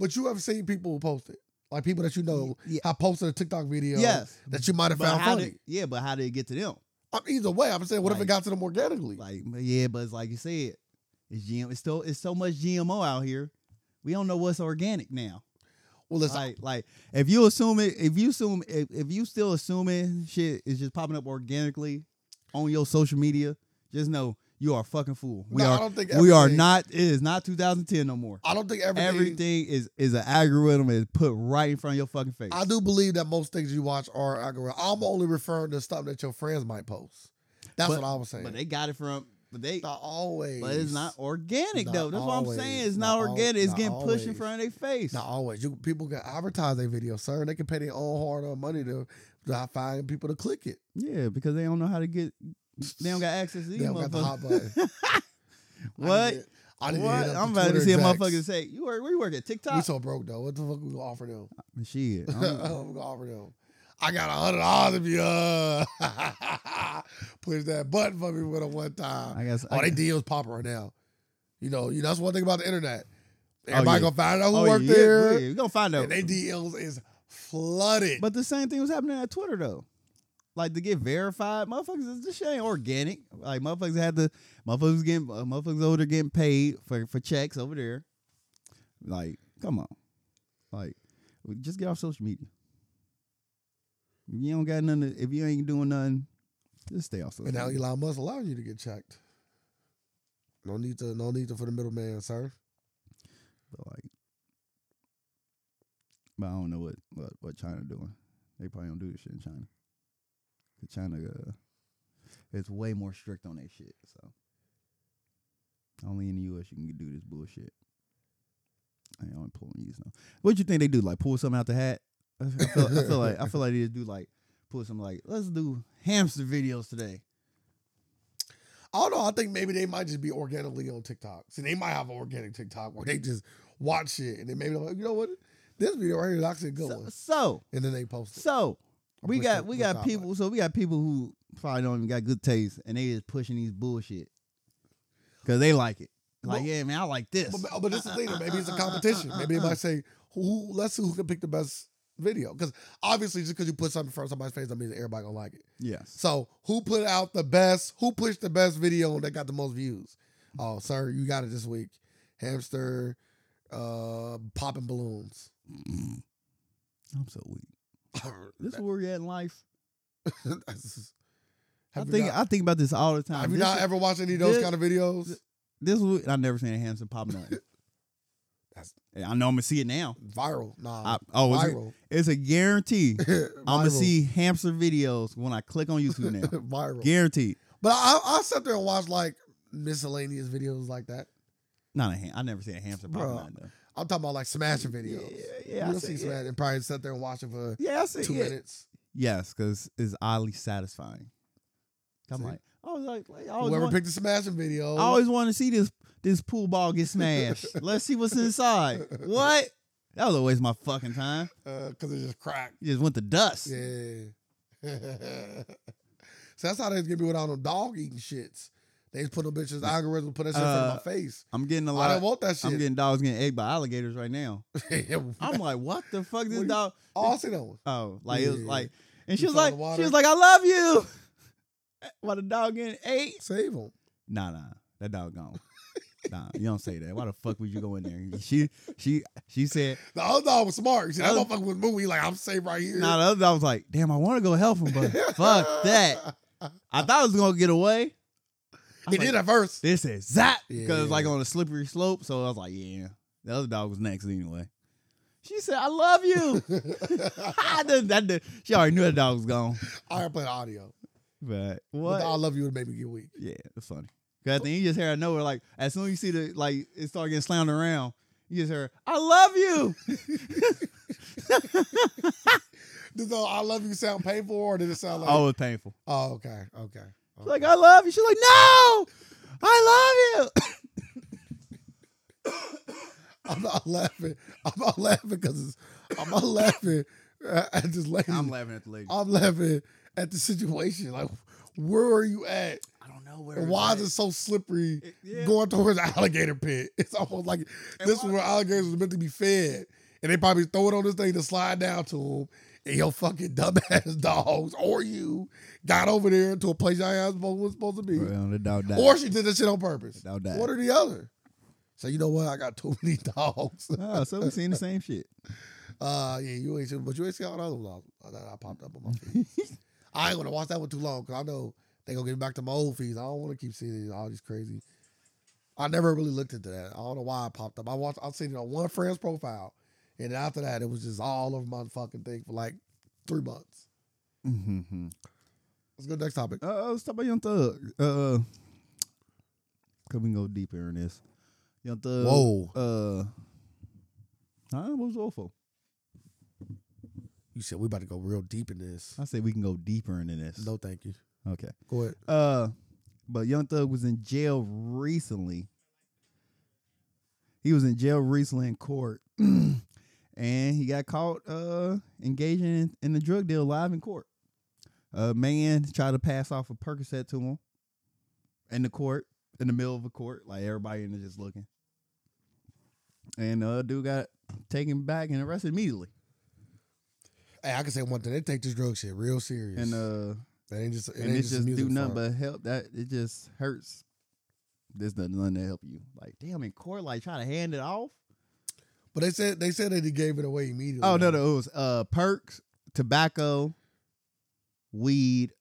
Speaker 2: but you have seen people post it, like people that you know.
Speaker 1: Yeah.
Speaker 2: have posted a TikTok video
Speaker 1: Yes.
Speaker 2: that you might have
Speaker 1: But
Speaker 2: found
Speaker 1: how
Speaker 2: funny.
Speaker 1: did, yeah, but how did it get to them?
Speaker 2: I'm either way, I'm saying what if
Speaker 1: Like-
Speaker 2: it got to them organically?
Speaker 1: Like yeah, but it's like you said, it's GM. It's still it's so much GMO out here. We don't know what's organic now.
Speaker 2: well, it's
Speaker 1: like like if you assume it, if you assume if, if you still assuming shit is just popping up organically on your social media, just know you are a fucking fool. We
Speaker 2: no, I
Speaker 1: are
Speaker 2: don't think
Speaker 1: we are
Speaker 2: everything-
Speaker 1: not it is not 2010 no more.
Speaker 2: I don't think everything.
Speaker 1: Everything is is an algorithm that is put right in front of your fucking face.
Speaker 2: I do believe that most things you watch are algorithm. I'm only referring to stuff that your friends might post. That's
Speaker 1: But-
Speaker 2: what I was saying.
Speaker 1: but they got it from but they
Speaker 2: not always.
Speaker 1: but it's not organic
Speaker 2: Not
Speaker 1: though. That's what I'm
Speaker 2: always.
Speaker 1: saying. It's
Speaker 2: Not
Speaker 1: not,
Speaker 2: al-
Speaker 1: organic. It's
Speaker 2: not
Speaker 1: getting pushed in
Speaker 2: always.
Speaker 1: front of their face.
Speaker 2: Not always. You people can advertise their video, sir. and They can pay their own hard-earned money to, to find people to click it.
Speaker 1: Yeah, because they don't know how to get they don't got access to
Speaker 2: They
Speaker 1: these
Speaker 2: don't got the hot
Speaker 1: motherfuckers.
Speaker 2: button.
Speaker 1: What?
Speaker 2: I didn't
Speaker 1: What? I'm about to see a motherfucker say, "You work? Where you work at
Speaker 2: We
Speaker 1: TikTok?"
Speaker 2: so broke though. What the fuck we gonna offer them?
Speaker 1: Shit.
Speaker 2: I'm,
Speaker 1: I'm-
Speaker 2: gonna offer them. I got a hundred dollars if you uh, push that button for me with a one time.
Speaker 1: I guess.
Speaker 2: Oh,
Speaker 1: I,
Speaker 2: they deals popping right now. You know, you know, that's one thing about the internet.
Speaker 1: Oh,
Speaker 2: Everybody
Speaker 1: yeah.
Speaker 2: gonna find out who
Speaker 1: oh,
Speaker 2: worked
Speaker 1: yeah,
Speaker 2: there,
Speaker 1: Yeah, we're gonna find out.
Speaker 2: and they deals is flooded.
Speaker 1: but the same thing was happening at Twitter though. Like to get verified, motherfuckers. This shit ain't organic. Like motherfuckers had to, motherfuckers getting, uh, motherfuckers over there getting paid for for checks over there. Like, come on, like, we just get off social media. If you don't got nothing, if you ain't doing nothing, just stay off social.
Speaker 2: and now
Speaker 1: media.
Speaker 2: Elon Musk allowing you to get checked. No need to. No need to for the middleman, sir.
Speaker 1: But like, but I don't know what what, what China doing. They probably don't do this shit in China. 'Cause China, uh, it's way more strict on that shit. So only in the U.S. you can do this bullshit. I ain't only pulling these now. What you think they do? Like pull something out the hat? I feel, I feel like I feel like they just do like pull some like let's do hamster videos today.
Speaker 2: I don't know. I think maybe they might just be organically on TikTok. See, they might have an organic TikTok where they just watch it and then maybe they're like, you know what? This video right here is actually a good
Speaker 1: So,
Speaker 2: one.
Speaker 1: so
Speaker 2: And then they post it.
Speaker 1: so
Speaker 2: I
Speaker 1: we
Speaker 2: wish
Speaker 1: got
Speaker 2: they-
Speaker 1: we
Speaker 2: wish I
Speaker 1: got
Speaker 2: liked
Speaker 1: people. So we got people who probably don't even got good taste, and they just pushing these bullshit because they like it. Like,
Speaker 2: Well-
Speaker 1: yeah, man, I like this.
Speaker 2: But, but this is the thing. though. Maybe
Speaker 1: Uh,
Speaker 2: it's a competition. Maybe they might say, who, who- let's see who can pick the best video. Because obviously, just because you put something in front of somebody's face, that means everybody gonna like it.
Speaker 1: Yes.
Speaker 2: So who put out the best? Who pushed the best video that got the most views? Oh, sir, you got it this week. Hamster, uh, popping balloons.
Speaker 1: Mm-hmm. I'm so weak. This is where we at in life.
Speaker 2: Have
Speaker 1: I
Speaker 2: you
Speaker 1: think
Speaker 2: not-
Speaker 1: I think about this all the time.
Speaker 2: Have you
Speaker 1: this,
Speaker 2: not ever watched any of those
Speaker 1: this-
Speaker 2: kind of videos?
Speaker 1: th- this is what- I never seen a hamster popping up.
Speaker 2: That's-
Speaker 1: And I know I'm gonna see it now.
Speaker 2: Viral, nah,
Speaker 1: I, oh, it's,
Speaker 2: viral.
Speaker 1: it's a guarantee.
Speaker 2: I'm
Speaker 1: I'm gonna see hamster videos when I click on YouTube now.
Speaker 2: viral.
Speaker 1: Guaranteed.
Speaker 2: But I, I sat there and watched like miscellaneous videos like that.
Speaker 1: Not a ham. I never seen a hamster
Speaker 2: Bro,
Speaker 1: popping up. though.
Speaker 2: I'm talking about like smashing videos.
Speaker 1: Yeah, yeah, I
Speaker 2: You'll
Speaker 1: see,
Speaker 2: see
Speaker 1: yeah.
Speaker 2: smash and probably sat there and watch it for
Speaker 1: Yeah, I see.
Speaker 2: two
Speaker 1: yeah.
Speaker 2: minutes.
Speaker 1: Yes, because it's oddly satisfying. I'm
Speaker 2: See?
Speaker 1: like, I was like, like, I always,
Speaker 2: Whoever
Speaker 1: want,
Speaker 2: picked the smashing video,
Speaker 1: I always want to see this this pool ball get smashed. Let's see what's inside. What? That was always my fucking time.
Speaker 2: because uh, it just cracked.
Speaker 1: You just went to dust.
Speaker 2: Yeah. so that's how they get me with all them dog eating shits. They just put them bitches algorithm put that shit in front of my face.
Speaker 1: Uh, I'm getting a
Speaker 2: I
Speaker 1: lot.
Speaker 2: didn't want that
Speaker 1: I'm
Speaker 2: shit.
Speaker 1: getting dogs getting egged by alligators right now. I'm like, what the fuck? This
Speaker 2: What you-
Speaker 1: dog.
Speaker 2: oh, I see that one.
Speaker 1: Oh, like it was
Speaker 2: Yeah.
Speaker 1: like, and she
Speaker 2: You
Speaker 1: was
Speaker 2: throw
Speaker 1: like,
Speaker 2: in the
Speaker 1: she was like,
Speaker 2: water.
Speaker 1: I love you. While the dog getting ate.
Speaker 2: Save them.
Speaker 1: Nah, nah, that dog gone. nah, you don't say that. Why the fuck would you go in there? She, she, she said.
Speaker 2: The other dog was smart. You see, that
Speaker 1: Other-
Speaker 2: motherfucker was moving. He Like I'm safe right here.
Speaker 1: Nah, the other dog was like, damn, I want to go help him, but fuck that. I thought I was gonna get away. I
Speaker 2: He
Speaker 1: was
Speaker 2: did
Speaker 1: like,
Speaker 2: at first.
Speaker 1: This is zap because
Speaker 2: Yeah.
Speaker 1: it's like on a slippery slope. So I was like, yeah. The other dog was next anyway. She said, I love you. I didn't, that did- she already knew that dog was gone.
Speaker 2: I played audio.
Speaker 1: But
Speaker 2: But
Speaker 1: what?
Speaker 2: the I love you would make me get weak.
Speaker 1: Yeah, it's funny. Cause at the end, you just hear out of nowhere, like as soon as you see the like it start getting slammed around, you just hear, "I love you."
Speaker 2: Does the I love you sound painful or did it sound like?
Speaker 1: oh, it's painful.
Speaker 2: oh okay, okay.
Speaker 1: It's
Speaker 2: okay.
Speaker 1: Like oh. I love you. She's like, "No, I love you."
Speaker 2: I'm not laughing. I'm not laughing because I'm not laughing at this lady.
Speaker 1: I'm laughing at the lady.
Speaker 2: I'm laughing at the situation. Like, where are you at?
Speaker 1: I don't know where.
Speaker 2: And why is it so slippery
Speaker 1: It- yeah.
Speaker 2: going towards the alligator pit? It's almost like
Speaker 1: And
Speaker 2: this
Speaker 1: why-
Speaker 2: is where alligators was meant to be fed. And they probably throw it on this thing to slide down to them. And your fucking dumbass dogs or you got over there to a place y'all ain't supposed- was supposed to be.
Speaker 1: Well, the dog died.
Speaker 2: Or she did that shit on purpose.
Speaker 1: Now that.
Speaker 2: One or the other. So you know what? I got too many dogs.
Speaker 1: oh, so we seen the same shit.
Speaker 2: Uh, yeah, you ain't seen, but you ain't seen all the other vlogs uh, that I popped up on my feed. I ain't gonna watch that one too long because I know they gonna get back to my old feeds. I don't want to keep seeing all these crazy. I never really looked into that. I don't know why I popped up. I watched, I seen it on one friend's profile, and after that, it was just all over my fucking thing for like three months.
Speaker 1: Mm-hmm.
Speaker 2: Let's go to the next topic.
Speaker 1: Uh, let's talk about Young Thug. Uh, could we go deeper in this? Young Thug.
Speaker 2: Whoa,
Speaker 1: Uh, huh? What was woeful?
Speaker 2: you said we about to go real deep in this.
Speaker 1: I say we can go deeper into this.
Speaker 2: No, thank you.
Speaker 1: Okay.
Speaker 2: Go ahead.
Speaker 1: Uh, but Young Thug was in jail recently. He was in jail recently in court, and he got caught uh engaging in, in the drug deal live in court. A man tried to pass off a Percocet to him in the court, in the middle of a court, like everybody in there just looking. And uh, dude got taken back and arrested immediately.
Speaker 2: Hey, I can say one thing. They take this drug shit real serious,
Speaker 1: And uh,
Speaker 2: It ain't just it
Speaker 1: and
Speaker 2: ain't
Speaker 1: it's just
Speaker 2: music
Speaker 1: do
Speaker 2: for
Speaker 1: nothing
Speaker 2: it.
Speaker 1: but help. That it just hurts. There's nothing nothing to help you. Like damn, in court, like try to hand it off.
Speaker 2: But they said they said that he gave it away immediately.
Speaker 1: Oh no, no, it was uh perks, tobacco, weed,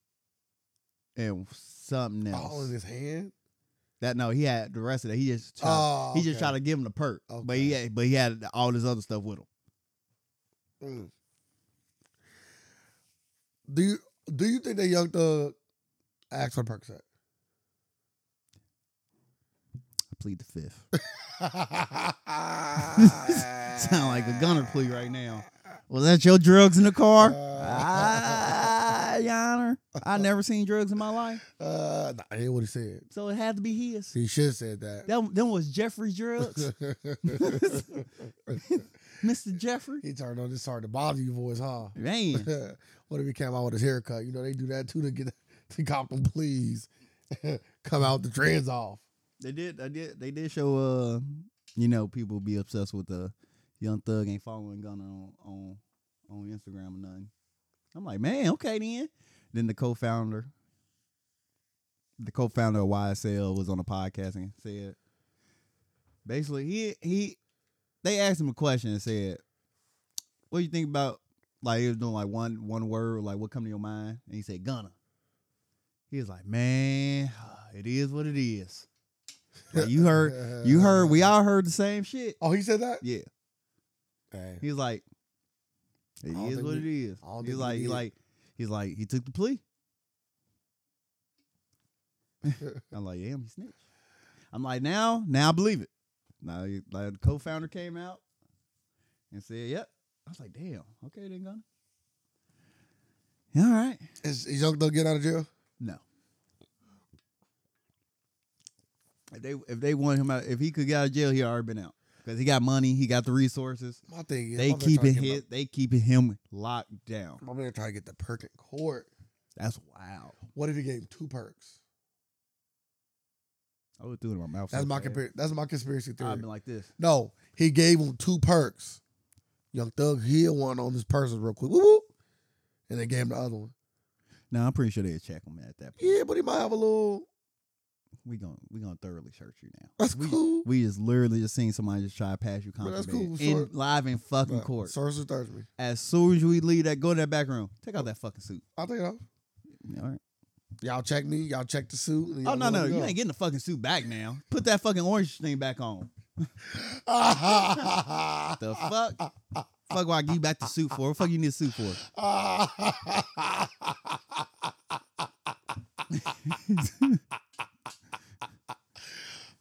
Speaker 1: and something else.
Speaker 2: All in his hand.
Speaker 1: That no, he had the rest of that. He just tried,
Speaker 2: Oh,
Speaker 1: he just tried to give him the perk, but he had, but he had all this other stuff with him.
Speaker 2: Mm. Do you do you think that Young Thug asked for Percocet?
Speaker 1: I plead the fifth.
Speaker 2: Sound
Speaker 1: like a gunner plea right now. Was that your drugs in the car?
Speaker 2: Uh.
Speaker 1: Ah, Your Honor, I never seen drugs in my life,
Speaker 2: Uh, nah, I hear what he said.
Speaker 1: so it had to be his.
Speaker 2: He should have said that.
Speaker 1: That them was Jeffrey drugs, Mister Jeffrey.
Speaker 2: he turned on this hard to bother you voice, huh?
Speaker 1: Man,
Speaker 2: what if he came out with his haircut? You know they do that too to get to cop them. Please come out the trends off.
Speaker 1: They did. They did. They did show. Uh, you know, people be obsessed with the young thug ain't following Gunna on on on Instagram or nothing. I'm like, man, okay then. Then the co-founder, the co-founder of YSL was on a podcast and said, basically, he he, they asked him a question and said, what do you think about? Like he was doing like one one word, like what come to your mind? And he said, Gunna. He was like, man, it is what it is. Like, you heard, you heard, we all heard the same shit.
Speaker 2: Oh, he said that.
Speaker 1: Uh, Yeah,
Speaker 2: Hey.
Speaker 1: he's like, it
Speaker 2: don't
Speaker 1: is
Speaker 2: think
Speaker 1: what
Speaker 2: we-
Speaker 1: it is.
Speaker 2: I don't
Speaker 1: He's
Speaker 2: think we
Speaker 1: like, he
Speaker 2: did.
Speaker 1: like, he's like, he took the plea. I'm like, damn, he snitched. I'm like, now, now I believe it. Now, he- like, the co-founder came out and said, "Yep." I was like, damn, okay, then gonna. All right,
Speaker 2: Is, is Young Thug getting out of jail?
Speaker 1: no. If they if they want him out, if he could get out of jail, he already been out because he got money, he got the resources.
Speaker 2: My thing is
Speaker 1: They
Speaker 2: my man trying
Speaker 1: keeping
Speaker 2: to get
Speaker 1: his, they keeping him locked down.
Speaker 2: the- My man trying to get the perk in court.
Speaker 1: That's wild.
Speaker 2: What if he gave him two perks?
Speaker 1: I would threw it in my mouth.
Speaker 2: That's
Speaker 1: so
Speaker 2: my
Speaker 1: bad.
Speaker 2: compar- That's my conspiracy theory.
Speaker 1: I've been like this.
Speaker 2: no, he gave him two perks. Young Thug healed one on his person real quick, whoop, whoop, and they gave him the other one.
Speaker 1: No, I'm pretty sure they'll check him at that point.
Speaker 2: Yeah, but he might have a little.
Speaker 1: We gonna we gonna thoroughly search you now.
Speaker 2: That's
Speaker 1: we,
Speaker 2: cool.
Speaker 1: We just literally just seen somebody just try to pass you
Speaker 2: Bro, that's
Speaker 1: contraband
Speaker 2: cool,
Speaker 1: in
Speaker 2: sure.
Speaker 1: live in fucking
Speaker 2: But
Speaker 1: court.
Speaker 2: Source or thirst me.
Speaker 1: As soon as we leave that, go to that back room. Take out that fucking suit.
Speaker 2: I'll take it off.
Speaker 1: All right.
Speaker 2: Y'all check me. Y'all check the suit. and
Speaker 1: Oh
Speaker 2: y'all
Speaker 1: no
Speaker 2: know
Speaker 1: no,
Speaker 2: where to
Speaker 1: you
Speaker 2: go.
Speaker 1: ain't getting the fucking suit back now. Put that fucking orange thing back on. The fuck. Fuck, why I give you back the suit for? What the fuck you need a suit for?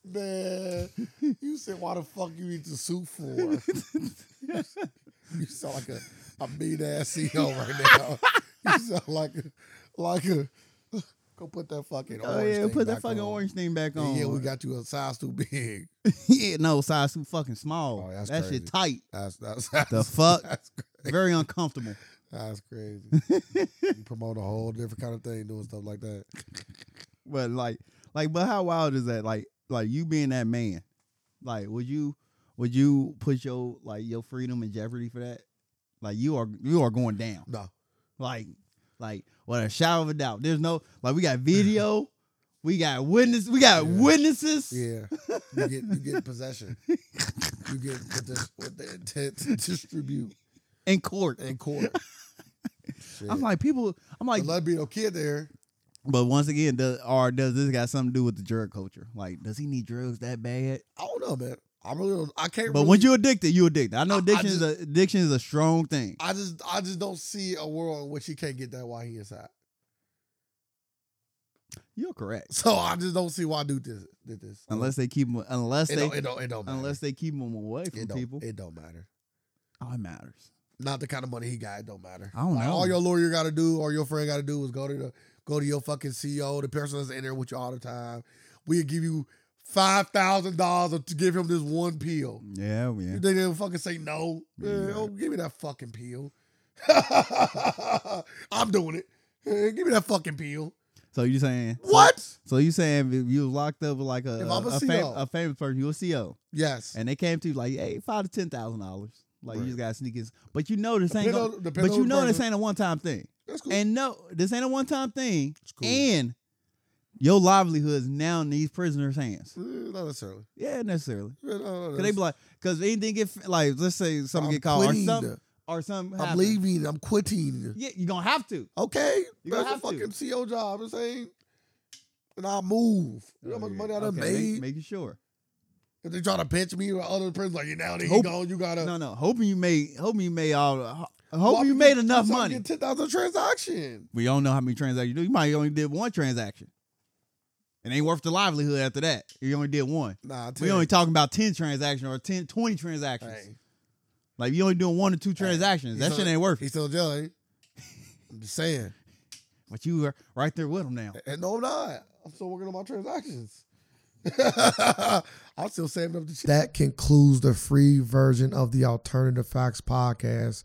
Speaker 2: Man, you said, why the fuck you eat the soup for? you sound like a, a mean ass CEO right now. You sound like a, like a, go put that fucking
Speaker 1: Oh
Speaker 2: orange
Speaker 1: yeah,
Speaker 2: thing
Speaker 1: put that
Speaker 2: back
Speaker 1: fucking
Speaker 2: on.
Speaker 1: orange thing back on.
Speaker 2: Yeah, we got you a size too big.
Speaker 1: yeah, no, size too fucking small.
Speaker 2: Oh, that's
Speaker 1: that
Speaker 2: crazy.
Speaker 1: shit tight.
Speaker 2: That's, that's, that's
Speaker 1: fuck?
Speaker 2: That's crazy.
Speaker 1: Very uncomfortable.
Speaker 2: That's crazy. you promote a whole different kind of thing doing stuff like that.
Speaker 1: But like like but how wild is that? Like like you being that man. Like would you would you put your like your freedom in jeopardy for that? Like you are you are going down.
Speaker 2: No,
Speaker 1: Like like with a shower of a doubt. There's no like we got video, we got witness we got
Speaker 2: Yeah.
Speaker 1: witnesses.
Speaker 2: yeah, you get you get possession. You get with this with the intent to distribute
Speaker 1: In court,
Speaker 2: in court. Shit.
Speaker 1: I'm like people. I'm like,
Speaker 2: the Latino kid there.
Speaker 1: but once again, does or does this got something to do with the drug culture? Like, does he need drugs that bad?
Speaker 2: I don't know, man. I really don't. I can't.
Speaker 1: But
Speaker 2: really,
Speaker 1: when you addicted, you addicted. I
Speaker 2: I-
Speaker 1: know
Speaker 2: I
Speaker 1: addiction is
Speaker 2: just-
Speaker 1: a addiction is a strong thing.
Speaker 2: I just I just don't see a world in which he can't get that while he inside.
Speaker 1: You're correct.
Speaker 2: So I just don't see why dude this did this.
Speaker 1: Unless they keep 'em- unless
Speaker 2: it
Speaker 1: they
Speaker 2: don't, it don't it don't matter.
Speaker 1: unless they keep them away from
Speaker 2: it don't,
Speaker 1: people.
Speaker 2: it don't matter.
Speaker 1: oh, it matters.
Speaker 2: not the kind of money he got. It don't matter.
Speaker 1: I don't
Speaker 2: Like,
Speaker 1: know.
Speaker 2: All your lawyer got to do, or your friend got to do, is go to the go to your fucking CEO, the person that's in there with you all the time. We'll give you five thousand dollars to give him this one pill.
Speaker 1: Yeah, yeah.
Speaker 2: You think they'll fucking say no?
Speaker 1: Yeah.
Speaker 2: Eh, oh, give me that fucking pill. I'm doing it. Eh, give me that fucking pill.
Speaker 1: So you saying so-
Speaker 2: What?
Speaker 1: So, you saying if you was locked up with like a
Speaker 2: If
Speaker 1: a,
Speaker 2: I'm a
Speaker 1: a fam-
Speaker 2: CO.
Speaker 1: a famous person, you a CO,
Speaker 2: Yes.
Speaker 1: and they came to you like hey five to ten thousand dollars. Like
Speaker 2: Right.
Speaker 1: you just got to sneak in, but you know this ain't.
Speaker 2: Depend
Speaker 1: Gonna,
Speaker 2: on- depend
Speaker 1: but
Speaker 2: on
Speaker 1: you
Speaker 2: the
Speaker 1: know this
Speaker 2: person.
Speaker 1: ain't a one time thing,
Speaker 2: That's cool.
Speaker 1: and no, this ain't a one time thing.
Speaker 2: It's cool.
Speaker 1: And your livelihood is now in these prisoners' hands.
Speaker 2: Eh, not necessarily.
Speaker 1: Yeah, necessarily.
Speaker 2: Eh, no, no, no,
Speaker 1: Cause they be like, cause anything get f- like, let's say something
Speaker 2: I'm
Speaker 1: get called or
Speaker 2: quitting.
Speaker 1: something or something.
Speaker 2: I'm
Speaker 1: happen.
Speaker 2: leaving. I'm quitting.
Speaker 1: Yeah, you gonna have to.
Speaker 2: Okay,
Speaker 1: You gonna
Speaker 2: that's a
Speaker 1: have to.
Speaker 2: fucking CO job. This ain't and I move. You know how much
Speaker 1: Okay,
Speaker 2: money I done
Speaker 1: okay, make-
Speaker 2: made?
Speaker 1: Making sure.
Speaker 2: if they try to pinch me or other person, like now they
Speaker 1: Hope-
Speaker 2: gone, you gotta.
Speaker 1: No, no. Hoping you made. Hoping you made all. the- ho-
Speaker 2: Why
Speaker 1: Hoping you
Speaker 2: would
Speaker 1: made
Speaker 2: do
Speaker 1: enough
Speaker 2: something
Speaker 1: money.
Speaker 2: Get ten thousand transaction.
Speaker 1: We don't know how many transactions you do. You might only did one transaction. It ain't worth the livelihood after that. You only did one.
Speaker 2: Nah,
Speaker 1: We only talking about 10 transactions or 10, 20 transactions.
Speaker 2: Hey,
Speaker 1: Like you only doing one or two transactions.
Speaker 2: he's
Speaker 1: that shit
Speaker 2: on-
Speaker 1: ain't worth
Speaker 2: he's
Speaker 1: it.
Speaker 2: still jelly. I'm just saying.
Speaker 1: But you are right there with him now.
Speaker 2: And Eh, no, I'm not. I'm still working on my transactions. I'm still saving up the. That concludes the free version of the Alternative Facts podcast.